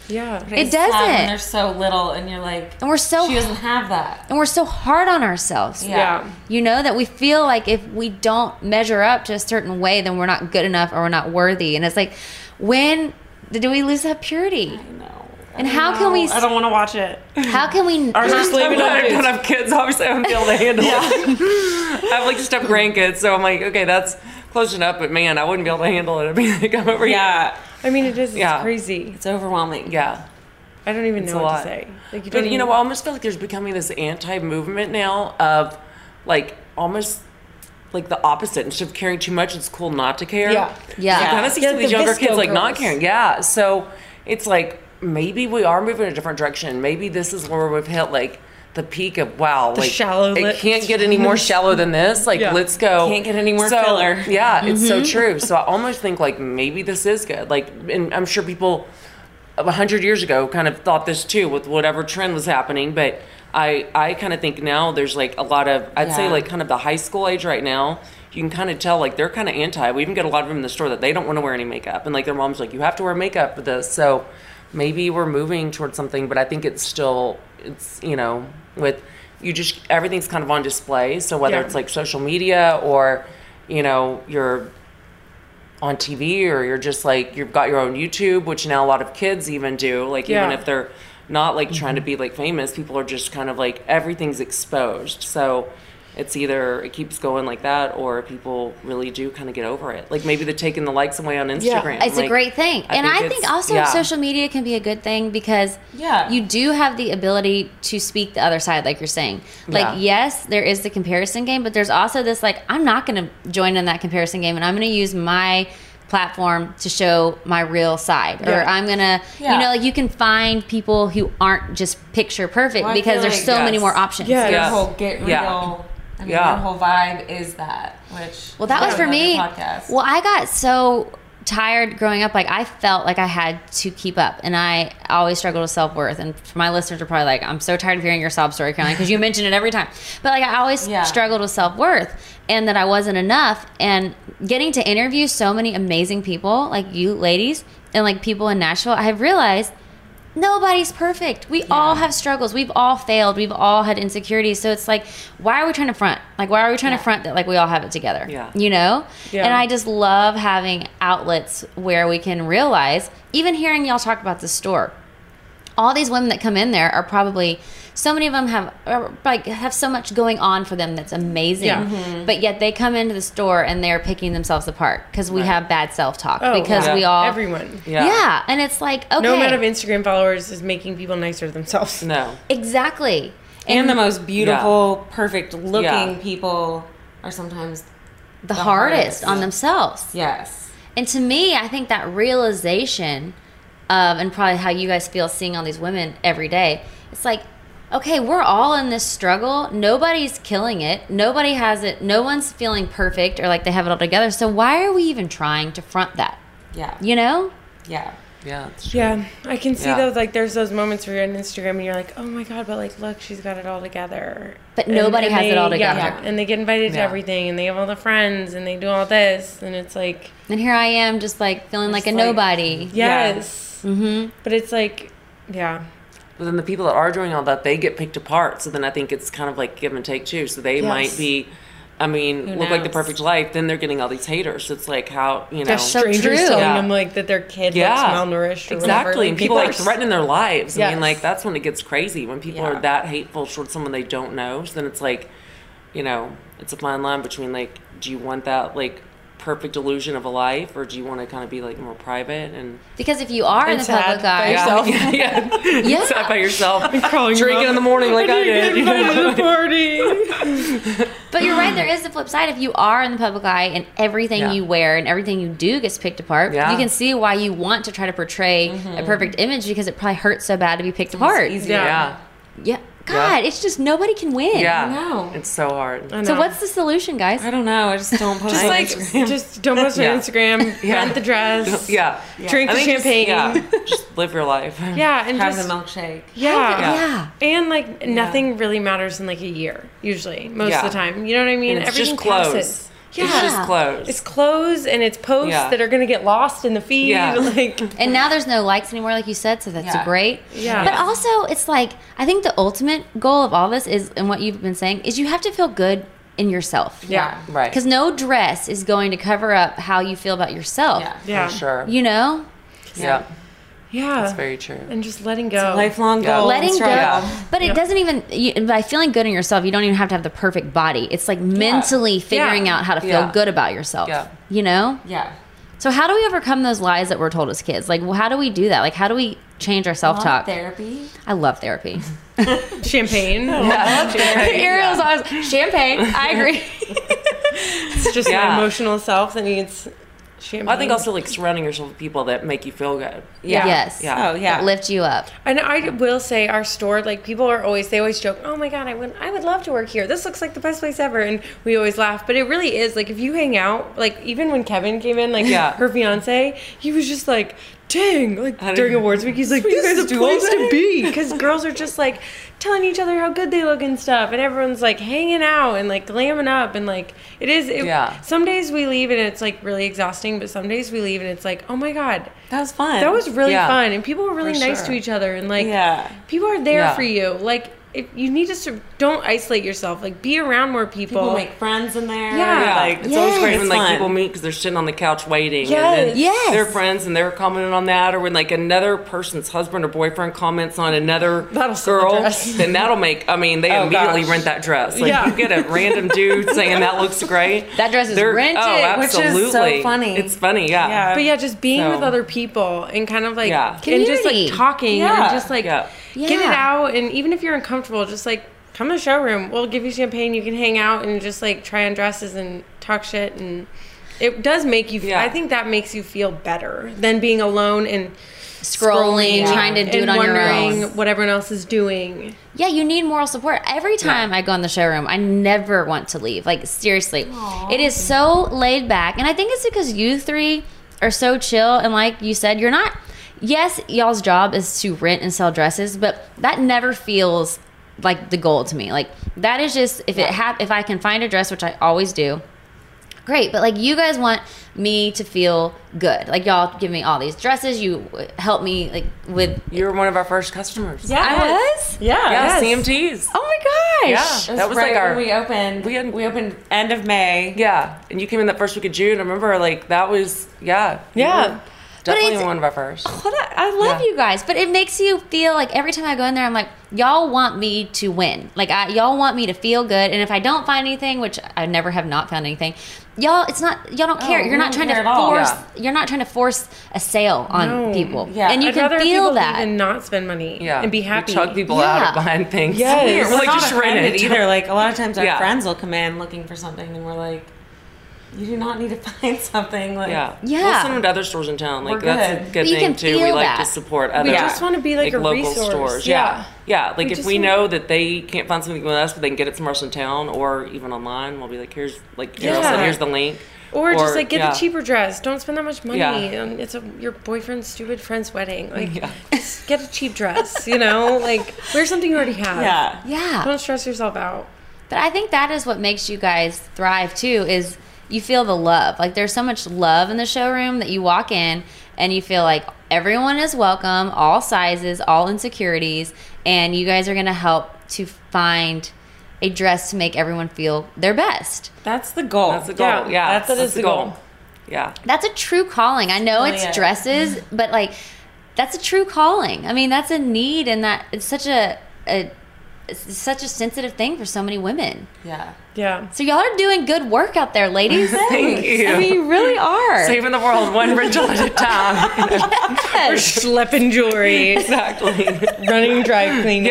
C: yeah
B: It
D: sad
B: doesn't.
D: When they're so little, and you're like,
B: And we're so
D: she doesn't have that.
B: and we're so hard on ourselves.
D: Yeah. Yeah.
B: You know, that we feel like if we don't measure up to a certain way, then we're not good enough or we're not worthy. And it's like, when do we lose that purity? I know. And how can we?
C: I don't want to watch it.
B: How can we?
E: Or just leave it I don't have kids. Obviously, I wouldn't be able to handle it. I have like step grandkids, so I'm like, okay, that's close enough. But man, I wouldn't be able to handle it. I'd be like, I'm over
D: Yeah.
C: I mean, it is it's
E: Yeah.
C: crazy.
D: It's overwhelming.
E: Yeah.
C: I don't even
E: It's
C: know
E: a
C: what
E: lot.
C: to say. Like you
E: But
C: don't.
E: you
C: even-
E: know, I almost feel like there's becoming this anti-movement now of like almost like the opposite. Instead of caring too much, it's cool not to care.
C: Yeah.
B: Yeah.
E: You kind of see
C: Yeah,
E: some of these
C: the
E: younger
C: Visco
E: kids like not
C: girls.
E: caring. Yeah. So it's like maybe we are moving in a different direction. Maybe this is where we've hit like the peak of wow,
C: The
E: like
C: shallow
E: It
C: lips.
E: can't get any more shallow than this. Like
C: Yeah.
E: let's go.
D: Can't get any more
E: so,
D: filler.
E: Yeah, it's so true. So I almost think like maybe this is good. Like, and I'm sure people a hundred years ago kind of thought this too with whatever trend was happening but i i kind of think now there's like a lot of i'd say
D: Yeah.
E: like kind of the high school age right now you can kind of tell like they're kind of anti we even get a lot of them in the store that they don't want to wear any makeup and like their mom's like you have to wear makeup for this so maybe we're moving towards something but i think it's still it's you know with you just everything's kind of on display so whether
C: Yeah.
E: it's like social media or you know your on TV or you're just like you've got your own YouTube, which now a lot of kids even do. Like
C: Yeah.
E: even if they're not like trying to be
B: Mm-hmm.
E: like famous, people are just kind of like everything's exposed. So it's either it keeps going like that or people really do kind of get over it. Like maybe they're taking the likes away on Instagram.
B: It's a
E: Like,
B: great thing. and I think
E: it's-
B: also
E: yeah.
B: social media can be a good thing because
D: Yeah.
B: you do have the ability to speak the other side, like you're saying. Like,
E: Yeah.
B: yes, there is the comparison game, but there's also this, like, I'm not going to join in that comparison game and I'm going to use my platform to show my real side or
C: Yeah.
B: i'm gonna you
D: Yeah.
B: know like you can find people who aren't just picture perfect
D: Well, I
B: because
D: feel
B: there's
D: like
B: so many
E: that's-
B: more options
C: Yeah.
D: Your
E: Yes.
D: whole get real.
E: Yeah.
D: I mean,
E: Yeah.
D: Your whole vibe is that. Which
B: Well, that
D: is
B: was for
D: another
B: me.
D: Podcast.
B: Well, I got so tired growing up. Like I felt like I had to keep up, and I always struggled with self worth. And for my listeners are probably like, "I'm so tired of hearing your sob story, Caroline," because you mention it every time. But like I always
D: Yeah.
B: struggled with self worth and that I wasn't enough. And getting to interview so many amazing people, like you ladies, and like people in Nashville, I have realized nobody's perfect. We all have struggles. We've all failed. We've all had insecurities. So it's like, why are we trying to front? Like, why are we trying to front that like we all have it together?
E: Yeah.
B: You know?
E: Yeah.
B: And I just love having outlets where we can realize, even hearing y'all talk about the store, all these women that come in there are probably so many of them have are, like have so much going on for them that's amazing
E: Yeah.
B: but yet they come into the store and they're picking themselves apart because we have bad self-talk
C: Oh,
B: because
C: yeah.
B: we all
C: everyone.
B: yeah. and it's like okay
C: No amount of Instagram followers is making people nicer to themselves.
E: No.
B: exactly
D: And, the most beautiful, perfect looking
E: Yeah.
D: people are sometimes
B: the, hardest
D: hardest.
B: on themselves
D: yes.
B: And to me, I think that realization of, and probably how you guys feel seeing all these women every day, it's like, okay, we're all in this struggle. Nobody's killing it. Nobody has it. No one's feeling perfect or like they have it all together. So why are we even trying to front that?
D: Yeah.
B: You know?
D: Yeah.
E: Yeah. It's true.
C: Yeah, I can see
E: Yeah.
C: those. Like, there's those moments where you're on Instagram and you're like, "Oh my god!" But like, look, she's got it all together.
B: But
C: And-
B: nobody
C: and
B: has it
C: they-
B: all
C: yeah,
B: together.
C: and they get invited to
E: Yeah.
C: everything, and they have all the friends, and they do all this, and it's like,
B: And here I am just like feeling like a
C: like-
B: nobody.
C: yes, mm-hmm. but it's like, yeah,
E: But then the people that are doing all that, they get picked apart. So then I think it's kind of like give and take too. So they might be, I mean,
C: Who
E: look like the
C: knows?
E: perfect life. Then they're getting all these haters. So it's like how you know,
C: There's strangers
B: true.
C: telling
E: Yeah.
C: them like that their kid looks
E: yeah,
C: malnourished. Or
E: exactly.
C: whatever.
E: and people like
C: are-
E: threatening their lives. I mean,
C: Yes.
E: like that's when it gets crazy when people
D: Yeah.
E: are that hateful towards someone they don't know. So then it's like, you know, it's a fine line between like, do you want that like perfect illusion of a life, or do you want to kind of be like more private and
B: Because if you are in the
C: And sad
B: public
C: by
B: eye,
C: yourself.
E: yeah, yeah,
B: Yeah.
E: Sat by yourself,
C: calling your
E: drinking
C: mom.
E: in the morning like I, did. you know?
C: Invited to the party.
B: But you're right. There is the flip side. If you are in the public eye and everything
E: Yeah.
B: you wear and everything you do gets picked apart,
E: Yeah.
B: you can see why you want to try to portray a perfect image because it probably hurts so bad to be picked apart.
E: Yeah.
B: Yeah. God, it's just nobody can win.
E: Yeah.
D: know.
E: It's so hard.
B: So what's the solution, guys?
D: I don't know. I just don't post
E: Just
D: on
E: like-
D: Instagram.
C: Just don't post on
E: Yeah.
C: Instagram.
E: Yeah.
C: Rent the dress.
E: Yeah.
C: Drink
E: I
C: the
E: think just-
C: champagne.
E: yeah. Just live your life.
C: Yeah, and
D: have
C: just
D: a milkshake.
C: yeah.
E: Yeah.
B: yeah.
C: And like nothing really matters in like a year, usually, most
E: Yeah.
C: of the time. You know what I mean?
E: And it's just
C: passes.
E: clothes.
C: Yeah.
E: It's just clothes.
C: It's clothes and it's posts
E: Yeah.
C: that are gonna get lost in the feed.
E: Yeah.
C: Like
B: And now there's no likes anymore, like you said, so that's
D: Yeah.
B: great.
C: Yeah.
B: But also, it's like, I think the ultimate goal of all this is, and what you've been saying, is you have to feel good in yourself.
C: Yeah.
E: Right.
B: Because no dress is going to cover up how you feel about yourself.
D: Yeah.
C: Yeah.
E: For sure.
B: You know?
E: yeah.
C: Yeah.
E: That's very true.
C: and uh, just letting go.
D: Lifelong
E: Yeah.
D: goal.
B: letting
D: Let's
B: go
D: try it.
B: but it doesn't even you, by feeling good in yourself you don't even have to have the perfect body it's like mentally figuring
C: Yeah.
B: out how to feel
E: Yeah.
B: good about yourself
E: Yeah.
B: you know
D: Yeah.
B: so how do we overcome those lies that we're told as kids like well, how do we do that like how do we change our self-talk
D: Therapy.
B: i love therapy
C: Champagne.
B: ariel's always champagne i agree
C: It's just
E: Yeah.
C: my emotional self that needs champagne.
E: I think also like surrounding yourself with people that make you feel good.
D: Yeah.
B: yes
E: Yeah.
D: Oh yeah.
B: That lift you up
C: And I will say, our store, like people are always, they always joke, "Oh my god, I would, I would love to work here. This looks like the best place ever." And we always laugh, but it really is. Like if you hang out, like even when Kevin came in, like
E: Yeah.
C: her fiance, he was just like, "Dang!" Like
E: didn't-
C: during awards week, he's like,
E: you
C: "This
E: guys
C: is the
E: do all
C: place to
E: that?"
C: be," because girls are just like telling each other how good they look and stuff, and everyone's like hanging out and like glamming up, and like it is. It,
E: Yeah.
C: Some days we leave and it's like really exhausting, but some days we leave and it's like, "Oh my god."
D: That was fun.
C: That was really
E: Yeah.
C: fun, and people were really
E: For
C: nice
E: sure.
C: to each other, and like,
D: Yeah.
C: people are there
E: Yeah.
C: for you. Like, if you need to, sur- don't isolate yourself. Like, be around more people.
D: People make friends in there.
C: Yeah.
E: Yeah.
D: Like
E: Like it's always great
D: It's
E: when like
D: fun.
E: people meet because they're sitting on the couch waiting.
C: Yes.
E: And then
B: Yes.
E: They're friends and they're commenting on that, or when like another person's husband or boyfriend comments on another
C: That'll sell the
E: girl,
C: dress.
E: then that'll make. I mean, they
D: Oh,
E: immediately
D: gosh.
E: rent that dress. Like
C: Yeah.
E: you get a random dude saying that looks great.
B: That dress is rented,
E: Oh,
D: which is so
E: absolutely.
D: funny.
E: It's funny. Yeah.
D: Yeah.
C: but yeah, just being
E: So-
C: with other people and kind of like,
E: Yeah.
C: and just like
B: Community.
C: talking
D: Yeah.
C: and just like,
E: Yeah.
C: get it
B: Yeah.
C: out. And even if you're uncomfortable, just like, come to the showroom. We'll give you champagne. You can hang out and just like try on dresses and talk shit. And it does make you,
E: Yeah.
C: I think that makes you feel better than being alone and
B: scrolling, trying to do
C: and
B: it on your
C: wondering
B: own
C: what everyone else is doing.
B: Yeah, you need moral support. Every time I go in the showroom, I never want to leave. Like seriously. It is so laid back. And I think it's because you three are so chill and like you said, you're not yes, y'all's job is to rent and sell dresses, but that never feels like the goal to me. Like that is just if it hap- if I can find a dress, which I always do, great but like you guys want me to feel good like y'all give me all these dresses you w- help me like with
E: You were one of our first customers.
B: i was
D: Yeah.
E: Yeah,
D: yes.
E: CMTs.
B: oh my
E: Yeah.
B: gosh
D: It
E: That was
D: right
E: like our-
D: when we opened.
E: We had-
D: we opened end of May.
E: Yeah, and you came in that first week of June. I remember, like that was yeah, you
D: Yeah.
E: were
B: But
E: definitely
B: it's-
E: one of our first.
B: What a- I love
E: Yeah.
B: you guys, but it makes you feel like every time I go in there, I'm like, y'all want me to win. Like, I, y'all want me to feel good. And if I don't find anything, which I never have not found anything, y'all, it's not, y'all don't care.
D: we
B: you're not trying
D: don't
B: to
D: care at all.
B: force,
E: Yeah.
B: you're not trying to force a sale on
C: No.
B: people.
D: Yeah.
B: And you
C: I'd
B: can
C: rather have
B: feel
C: people
B: that.
C: leave and not spend money
E: Yeah,
C: and be
E: We
C: happy.
E: chug people
B: Yeah.
E: out of behind things.
D: We're,
E: we're like
D: not
E: just rent
D: offended
E: it
D: either. Like a lot of times our
E: Yeah.
D: friends will come in looking for something and we're like, you do not need to find something. Like,
E: Yeah,
B: Yeah.
E: We'll send them to other stores in town. Like
D: We're
E: that's
D: good.
E: a good
B: But you
E: thing
B: can
E: too. We
B: feel
E: like
B: that.
E: to support other.
C: just wanna be, like, a
E: local
C: resource.
E: stores.
C: Yeah.
E: Yeah, yeah. Like
C: We
E: if
C: just
E: we
C: want-
E: know that they can't find something with us, but they can get it somewhere else in town or even online, we'll be like, here's like Carol said,
C: Yeah.
E: here's the link.
C: Or, just like get
E: yeah.
C: the cheaper dress. Don't spend that much money.
E: Yeah.
C: on It's a, your boyfriend's stupid friend's wedding. Like, just get a cheap dress. You know, like wear something you already have.
D: Yeah.
B: yeah.
C: Don't stress yourself out.
B: But I think that is what makes you guys thrive too is you feel the love. Like there's so much love in the showroom that you walk in and you feel like everyone is welcome, all sizes, all insecurities, and you guys are going to help to find a dress to make everyone feel their best.
D: That's the goal.
E: That's the goal. Yeah,
D: That's,
E: that's,
D: the goal.
E: Yeah,
B: That's a true calling. I know it's
D: yeah.
B: dresses, but like that's a true calling. I mean, that's a need and that it's such a, a it's such a sensitive thing for so many women.
D: Yeah.
C: Yeah.
B: So y'all are doing good work out there, ladies.
E: Thank you.
B: I mean, you really are.
E: saving the world one rental at a time.
B: Yes.
C: Schlepping jewelry,
E: exactly.
C: running dry cleaning.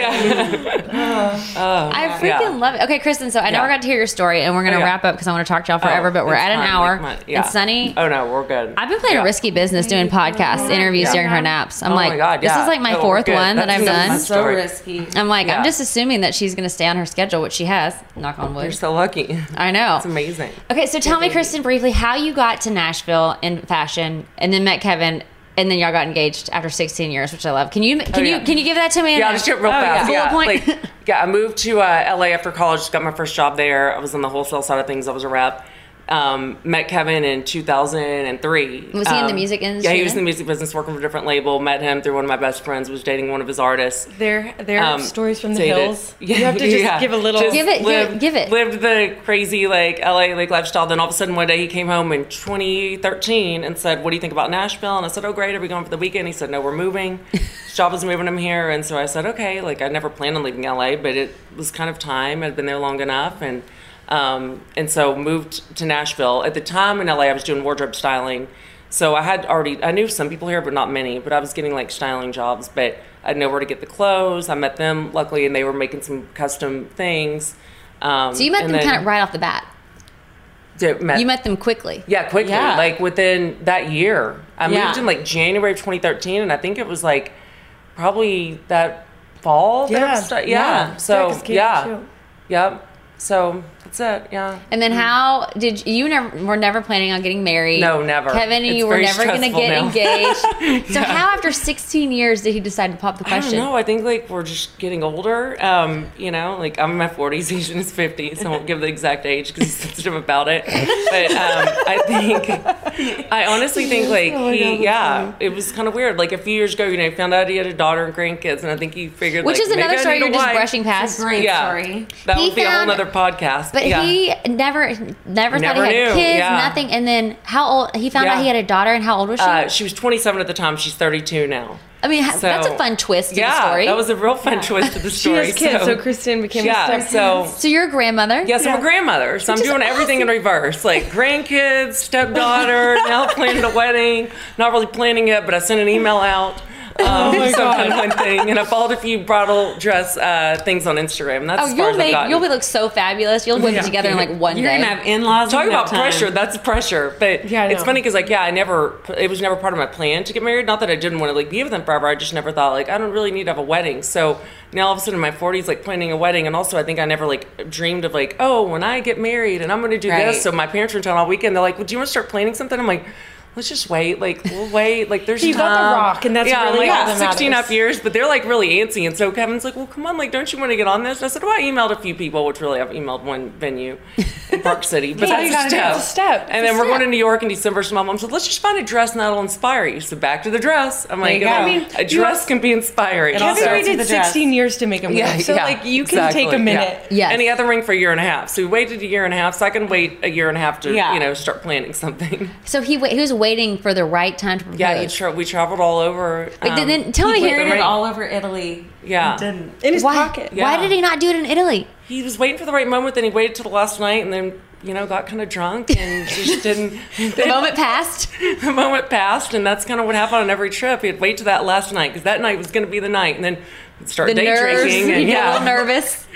B: I freaking
E: Yeah.
B: love it. Okay, Kristen. So I know
E: Yeah.
B: we're going to hear your story, and we're going to
E: Oh, yeah. Oh,
B: wrap up because I want to talk to y'all forever. but we're
E: it's
B: at an
E: fine.
B: hour.
E: Like my- yeah.
B: It's sunny.
E: Oh no, we're good.
B: I've been playing a risky business doing podcasts, interviews during her naps. I'm
E: Oh my
B: like,
E: God,
B: this
E: yeah.
B: is like my
E: No, we're
B: fourth
E: good.
B: one that
E: That's
B: I've
E: so
B: done.
E: much.
D: So
E: Story.
D: risky.
B: I'm like,
E: Yeah.
B: I'm just assuming that she's going to stay on her schedule, which she has. Knock on
E: You're
B: wood.
E: so lucky.
B: I know.
E: It's amazing.
B: Okay, so tell me, Kristen, briefly how you got to Nashville in fashion, and then met Kevin, and then y'all got engaged after 16 years, which I love. Can you can
E: Oh, yeah.
B: you can you give that to me?
E: Yeah, I'll just do it real
B: Oh, yeah.
E: fast.
B: Bullet
E: Yeah.
B: point.
E: Like, yeah, I moved to uh, LA after college, just got my first job there. I was on the wholesale side of things, I was a rep. Um, met Kevin in 2003.
B: Was he in the
E: Um,
B: music
E: Yeah,
B: industry
E: he was in
B: then?
E: the music business working for a different label. Met him through one of my best friends, was dating one of his artists.
C: Their their
E: Um,
C: stories from the
E: dated.
C: hills. You have to just
E: Yeah.
C: give a little.
E: Just
B: Give it, give
E: lived-
B: it, give it.
E: Lived the crazy like LA like lifestyle. Then all of a sudden one day he came home in 2013 and said, "What do you think about Nashville?" And I said, "Oh great, are we going for the weekend?" He said, "No, we're moving. His job is moving him here." And so I said, "Okay." Like I never planned on leaving LA, but it was kind of time. I'd been there long enough, and um, and so moved to Nashville. At the time in LA, I was doing wardrobe styling. So I had already I knew some people here, but not many. But I was getting like styling jobs, but I would know where to get the clothes. I met them luckily, and they were making some custom things. Um,
B: So you met
E: and
B: them
E: then-
B: kind of right off the bat.
E: Yeah, met-
B: You met them quickly.
E: yeah, quickly.
D: Yeah.
E: Like within that year. I
D: Yeah.
E: moved in like January of 2013, and I think it was like probably that fall. that
C: Yeah.
E: it sta-
D: Yeah.
E: yeah. So,
C: Yeah, 'cause Kate
E: yeah.
C: was
E: Yep. So that's it. Yeah.
B: And then how did you, you never were never planning on getting married?
E: No, never.
B: Kevin and
E: It's
B: you were
E: very
B: never going to
E: stressful
B: get
E: now.
B: engaged. So how after 16 years did he decide to pop the
E: I don't
B: question?
E: know. I think like we're just getting older. Um, you know, like I'm in my 40s, he's in his 50s. I won't give the exact age because he's sensitive about it. But um, I think, I honestly think like
B: Oh
E: he, yeah, it was kind of weird. Like a few years ago, you know, he found out he had a daughter and grandkids, and I think he figured
B: Which
E: like,
B: is another
E: maybe I
B: story
E: need a
B: you're just
E: wife.
B: brushing past.
D: Great
E: Yeah,
D: story.
E: that
B: He
E: would be a whole
B: found-
E: other podcast.
B: But
E: yeah.
B: he never never
E: Never
B: thought he had
E: knew,
B: kids,
E: yeah.
B: nothing. And then how old he found out
E: Yeah.
B: he had a daughter and how old was she?
E: Uh, she was 27 at the time. She's 32 now.
B: I mean, ha-
E: so-
B: that's a fun twist to the
E: Yeah,
B: story.
E: that was a real fun twist to the
C: She
E: story.
C: has kids, so, Kristen became
E: yeah,
C: a step-
E: so
B: so you're a grandmother.
E: Yes, I'm a grandmother, so I'm doing everything in reverse, like grandkids, stepdaughter. now planning a wedding. Not really planning it, but I sent an email out. Um, oh so kind of one thing, and I followed a few bridal dress uh, things on Instagram. That's
B: Oh,
E: as far
B: you'll
E: as I've
B: make
E: gotten.
B: you'll be look so fabulous. You'll whip it together in like one
D: You're
B: day.
D: going to have in laws.
E: Talk about pressure. That's pressure. But
C: Yeah, I
E: it's
C: know.
E: funny because like yeah, I never. It was never part of my plan to get married. Not that I didn't want to like be with them forever. I just never thought like I don't really need to have a wedding. So now all of a sudden in my 40s, like planning a wedding, and also I think I never like dreamed of like oh when I get married and I'm going to do
D: Right.
E: this. So my parents were in town all weekend. They're like, well, do you want to start planning something? I'm like. let's just wait. Like we'll wait. Like there's
C: You got The
E: time.
C: Rock, and that's
E: yeah,
C: really
E: like
C: all that
E: sixteen
C: matters.
E: up years, but they're like really antsy. And so Kevin's like, well, come on, like don't you want to get on this? And I said, well, I emailed a few people, which really I've emailed one venue in Park City, but
C: Yeah,
E: that's
C: you gotta
E: a
C: do it.
E: step.
C: It's a step.
E: And
C: It's
E: then
C: a
E: we're
C: step.
E: going to New York in December. So my mom said, let's just find a dress and that'll inspire you. So back to the dress. I'm like,
D: you go.
E: I
D: I
E: mean,
D: mean,
E: a
C: you
E: dress can be inspiring.
D: It
E: So-
D: all
C: Kevin
D: starts
C: waited
D: with the dress.
C: 16 years to make a move. so, like, you can take a
E: exactly,
C: minute.
E: Yeah.
B: Yes.
E: And he had the ring for a year and a half. So we waited a year and a half. So I can wait a year and a half to,
D: Yeah.
E: you know, start planning something.
B: So he wa- he was waiting for the right time to propose.
E: Yeah, he tra- we traveled all over.
B: Wait,
E: um,
B: then- then tell me
D: He
B: here.
D: put it all over Italy.
E: Yeah.
D: He didn't.
C: In his
B: why,
C: pocket.
B: Why
E: Yeah.
B: did he not do it in Italy?
E: he was waiting for the right moment. Then he waited till the last night and then, you know, got kind of drunk and just didn't.
B: The moment passed.
E: the moment passed, and that's kind of what happened on every trip. He'd wait to that last night because that night was going to be the night, and then we'd start
B: The
E: day
B: nerves.
E: drinking. And
B: he got a little
E: yeah,
B: nervous.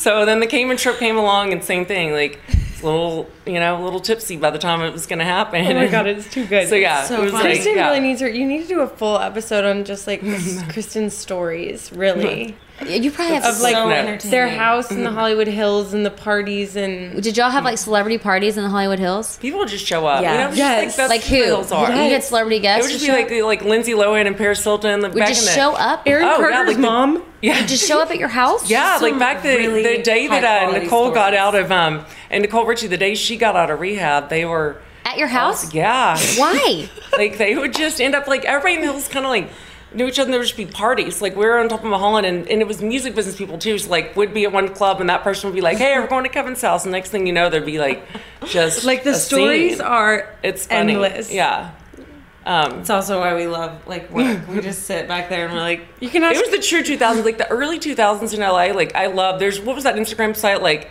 E: so then the Cayman trip came along, and same thing. Like it's a little, you know, a little tipsy by the time it was going to happen.
C: Oh my god, it's too good.
E: So yeah,
D: So
E: it was
D: funny.
E: like,
C: Kristen
E: yeah.
C: really needs her. You need to do a full episode on just like Kristen's stories,
E: Mm-hmm.
C: really,
B: You probably have.
C: of like
D: so
E: no.
D: entertaining.
C: their house in the
E: Mm-hmm.
C: Hollywood Hills and the parties and
B: did y'all have like celebrity parties in the Hollywood Hills?
E: people just show up.
D: Yeah.
E: You know, it's
C: Yes.
E: just, like, that's what
B: like who?
E: the hills are.
B: You had celebrity
E: It
B: guests.
E: would just
B: to
E: be
B: show
E: like
B: up?
E: like Lindsay Lohan and Paris Hilton. Like,
B: would
E: back in
B: just
E: the,
B: show up.
C: Aaron
E: Oh, yeah,
C: Carter's
E: like the-
C: mom.
E: Yeah,
B: just show up at your house.
E: Yeah, like
D: some
E: back the,
D: really
E: the day that uh,
D: high-quality
E: Nicole got
D: stories.
E: out of um and Nicole Richie, the day she got out of rehab, they were
B: at your house.
E: oh, yeah,
B: Why?
E: like they would just end up like everybody in the hills kind of like knew each other. and There would just be parties. Like we were on top of Mulholland, and, and it was music business people too. So like would be at one club, and that person would be like, "Hey, we're going to Kevin's house." And next thing you know, there'd be like just
C: like the
E: a
C: stories
E: scene.
C: are
E: it's funny.
C: endless.
E: Yeah,
D: It's also why we love like work. we just sit back there and we're like,
C: you can ask.
E: it was the true 2000s, like the early 2000s in LA. Like I love. There's what was that Instagram site like?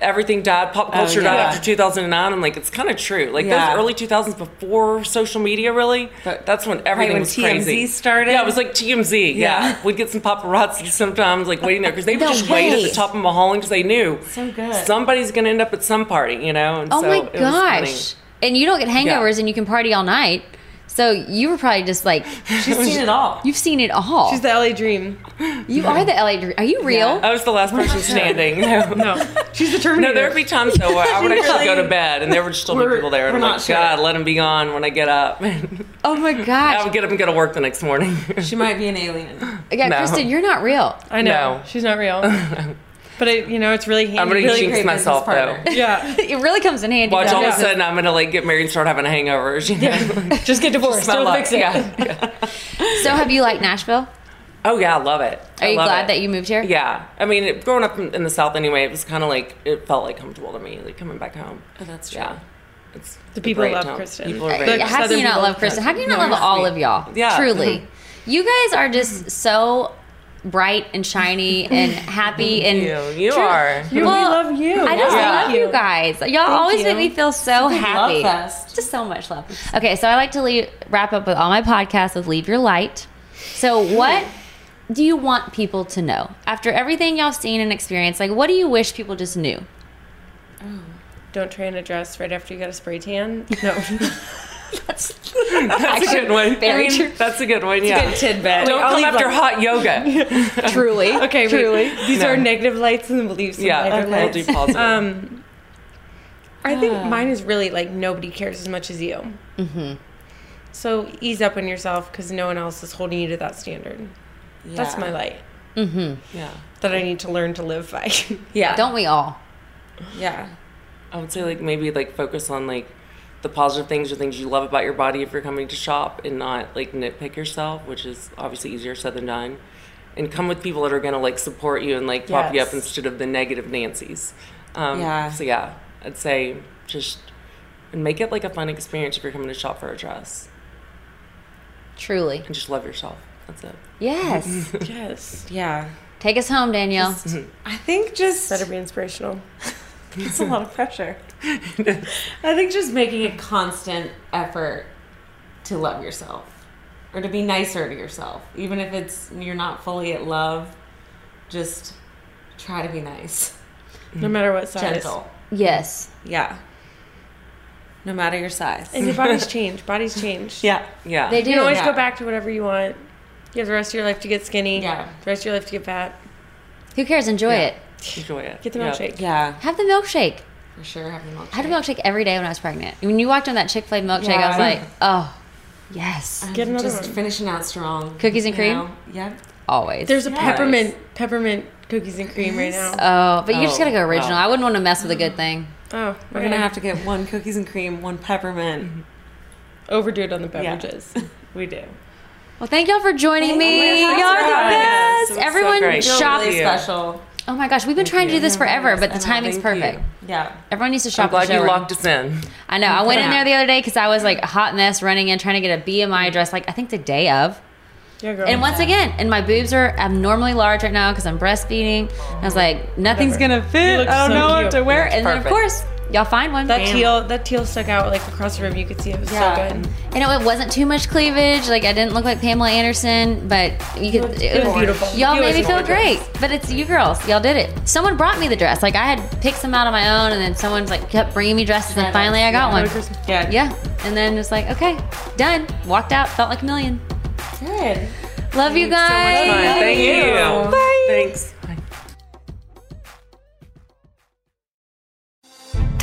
E: Everything died. Pop culture died
D: Oh, yeah.
E: after 2009. I'm like, it's kind of true. Like
D: Yeah.
E: those early 2000s before social media, really.
D: But-
E: that's when everything
D: when
E: was
D: TMZ
E: crazy.
D: started?
E: Yeah, it was like TMZ. Yeah,
D: Yeah.
E: we'd get some paparazzi sometimes, like waiting there because they would
B: No
E: just wait at
B: way.
E: the top of Mulholland because they knew
D: So good.
E: somebody's gonna end up at some party, you know. And
B: Oh
E: so
B: my
E: it was funny.
B: gosh! And you don't get hangovers, and you can party all night. So you were probably just like
D: she's seen it all.
B: you've seen it all.
C: She's the LA dream.
B: you are the LA. dr- Are you real?
E: I was the last person standing.
C: No, she's the
E: No,
C: Terminator.
E: there would be times though where I would actually go to bed and there would still be
D: We're-
E: people there. And
D: we're
E: I'm
D: not
E: like,
D: sure.
E: God, let him be gone when I get up. I
B: Oh my gosh!
E: would get up and go to work the next morning.
D: She might be an alien.
B: Yeah,
E: No.
B: Kristen, you're not real.
C: I know
E: No.
C: she's not real, but it, you know it's really handy.
E: I'm going to
C: really
E: jinx
D: great
E: myself
D: business
E: though.
D: partner.
C: yeah,
B: It really comes in handy.
E: Watch all of
C: Yeah.
E: a sudden I'm going to like get married and start having hangovers. You know?
C: just get divorced.
E: My
C: Don't
E: luck.
C: fix it.
E: Yeah.
B: So have you liked Nashville?
E: Oh yeah, I love it.
B: Are you glad that you moved here?
E: Yeah, I mean, it, growing up in, in the South anyway, it was kind of like it felt like comfortable to me, like coming back home.
D: Oh, that's true.
E: Yeah, it's
C: The people
E: great
C: love
E: town.
C: Kristen.
E: People are
C: Like, But
E: great.
B: How can
C: Southern
B: you not
C: people-
B: love Kristen? How can you not love all of y'all?
E: Yeah. Mm-hmm.
B: Truly. You guys are just so bright and shiny and happy and
E: you. You are.
C: You,
B: Well,
C: we love you.
B: I just
E: Yeah.
B: love you guys. Y'all always
C: you.
B: make me feel so happy.
D: fest.
B: Just so much love. Okay, so I like to leave, wrap up with all my podcasts with Leave Your Light. So, what do you want people to know after everything y'all have seen and experienced? Like, what do you wish people just knew?
C: Don't try and dress right after you got a spray tan. No,
E: That's a good one.
B: Very
E: I mean,
B: true.
E: That's a good one. Yeah.
C: tidbit.
E: Don't come after hot yoga.
B: Truly.
C: Okay, wait.
B: Truly.
C: These
E: No.
C: are negative lights and the beliefs.
E: Yeah,
C: Yeah,
E: okay. I'll do positive.
C: Um, I think mine is really like nobody cares as much as you. Mm-hmm. So ease up on yourself because no one else is holding you to that standard. That's
D: Yeah.
C: my light
E: yeah.
C: that I need to learn to live by.
D: Yeah.
B: Don't we all?
D: Yeah.
E: I would say like maybe like focus on like the positive things or things you love about your body if you're coming to shop and not like nitpick yourself, which is obviously easier said than done. And come with people that are gonna like support you and like pop you up
D: Yes.
E: instead of the negative Nancys. Um,
D: Yeah.
E: So yeah, I'd say just and make it like a fun experience if you're coming to shop for a dress
B: Truly.
E: and just love yourself. That's it.
B: Yes.
C: yes,
D: Yeah.
B: Take us home, Danielle.
D: I think just
C: better be inspirational.
D: it's a lot of pressure. I think just making a constant effort to love yourself or to be nicer to yourself, even if it's you're not fully at love, just try to be nice,
C: No matter what size.
D: gentle.
B: Yes.
D: Yeah. No matter your size.
C: And your bodies change. Bodies change.
D: Yeah.
E: Yeah.
B: They do.
C: You can always
D: Yeah.
C: go back to whatever you want. You have the rest of your life to get skinny.
D: Yeah.
C: The rest of your life to get fat.
B: Who cares? Enjoy it.
E: Enjoy it.
C: Get the
E: Yeah.
C: milkshake.
D: Yeah.
B: Have the milkshake.
E: For sure, having milkshake.
B: I had a milkshake every day when I was pregnant. When you walked on that Chick Fil A milkshake, I was
E: Yeah.
B: like, oh, yes,
E: I'm
C: Get another
E: just
C: one.
E: finishing out strong.
B: Cookies and
E: you
B: cream?
E: know? Yep.
B: always.
C: There's a
E: Yes.
C: peppermint peppermint cookies and cream right now.
B: oh, but you just
E: Oh,
B: gotta go original.
E: wow.
B: I wouldn't want to mess with a good thing.
C: oh,
D: We're gonna have to get one cookies and cream, one
E: Mm-hmm.
D: peppermint.
C: overdo it on the beverages. We do.
B: Well, thank y'all for joining me. Y'all are the
D: Yes,
B: best.
D: it was so
B: Everyone,
D: great. You're
B: shop.
D: really special.
B: Oh my gosh, we've been trying to do this forever, but the timing's
E: Thank you.
B: perfect.
D: Yeah.
B: Everyone needs to
E: I'm
B: shop. at
E: glad
B: the
E: you
B: showroom.
E: locked us in.
B: I know. I went in there the other day because I was like a hot mess running in trying to get a BMI dress, like I think the day of.
C: Yeah, girl.
B: And once again, and my boobs are abnormally large right now because I'm breastfeeding. And I was like, nothing's gonna fit.
C: look
B: I don't
C: so
B: know what
C: cute.
B: to wear. And then of
E: perfect.
B: course, y'all find one.
C: that teal that teal stuck out like across the room. You could see it was so good.
B: And it, it wasn't too much cleavage. Like I didn't look like Pamela Anderson, but you could. It, was
C: beautiful.
B: Y'all
C: You
B: made me
C: always
B: feel
C: wore a
B: great. But it's you girls. Y'all did it. Someone brought me the dress. Like I had picked some out on my own, and then someone's like kept bringing me dresses, and finally I got one.
D: Yeah.
B: Yeah. And then it's like, okay, done. Walked out. Felt like a million.
D: Good.
B: Love you guys.
E: Thank you. Bye. Thanks.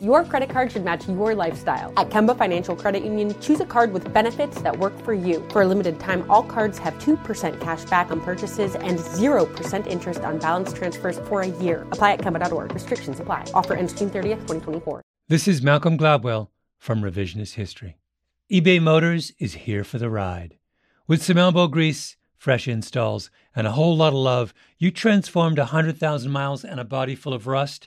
H: Your credit card should match your lifestyle. At Kemba Financial Credit Union, choose a card with benefits that work for you. For a limited time, all cards have 2% cash back on purchases and 0% interest on balance transfers for a year. Apply at Kemba.org. Restrictions apply. Offer ends June 30th, 2024.
I: This is Malcolm Gladwell from Revisionist History. eBay Motors is here for the ride. With some elbow grease, fresh installs, and a whole lot of love, you transformed a 100,000 miles and a body full of rust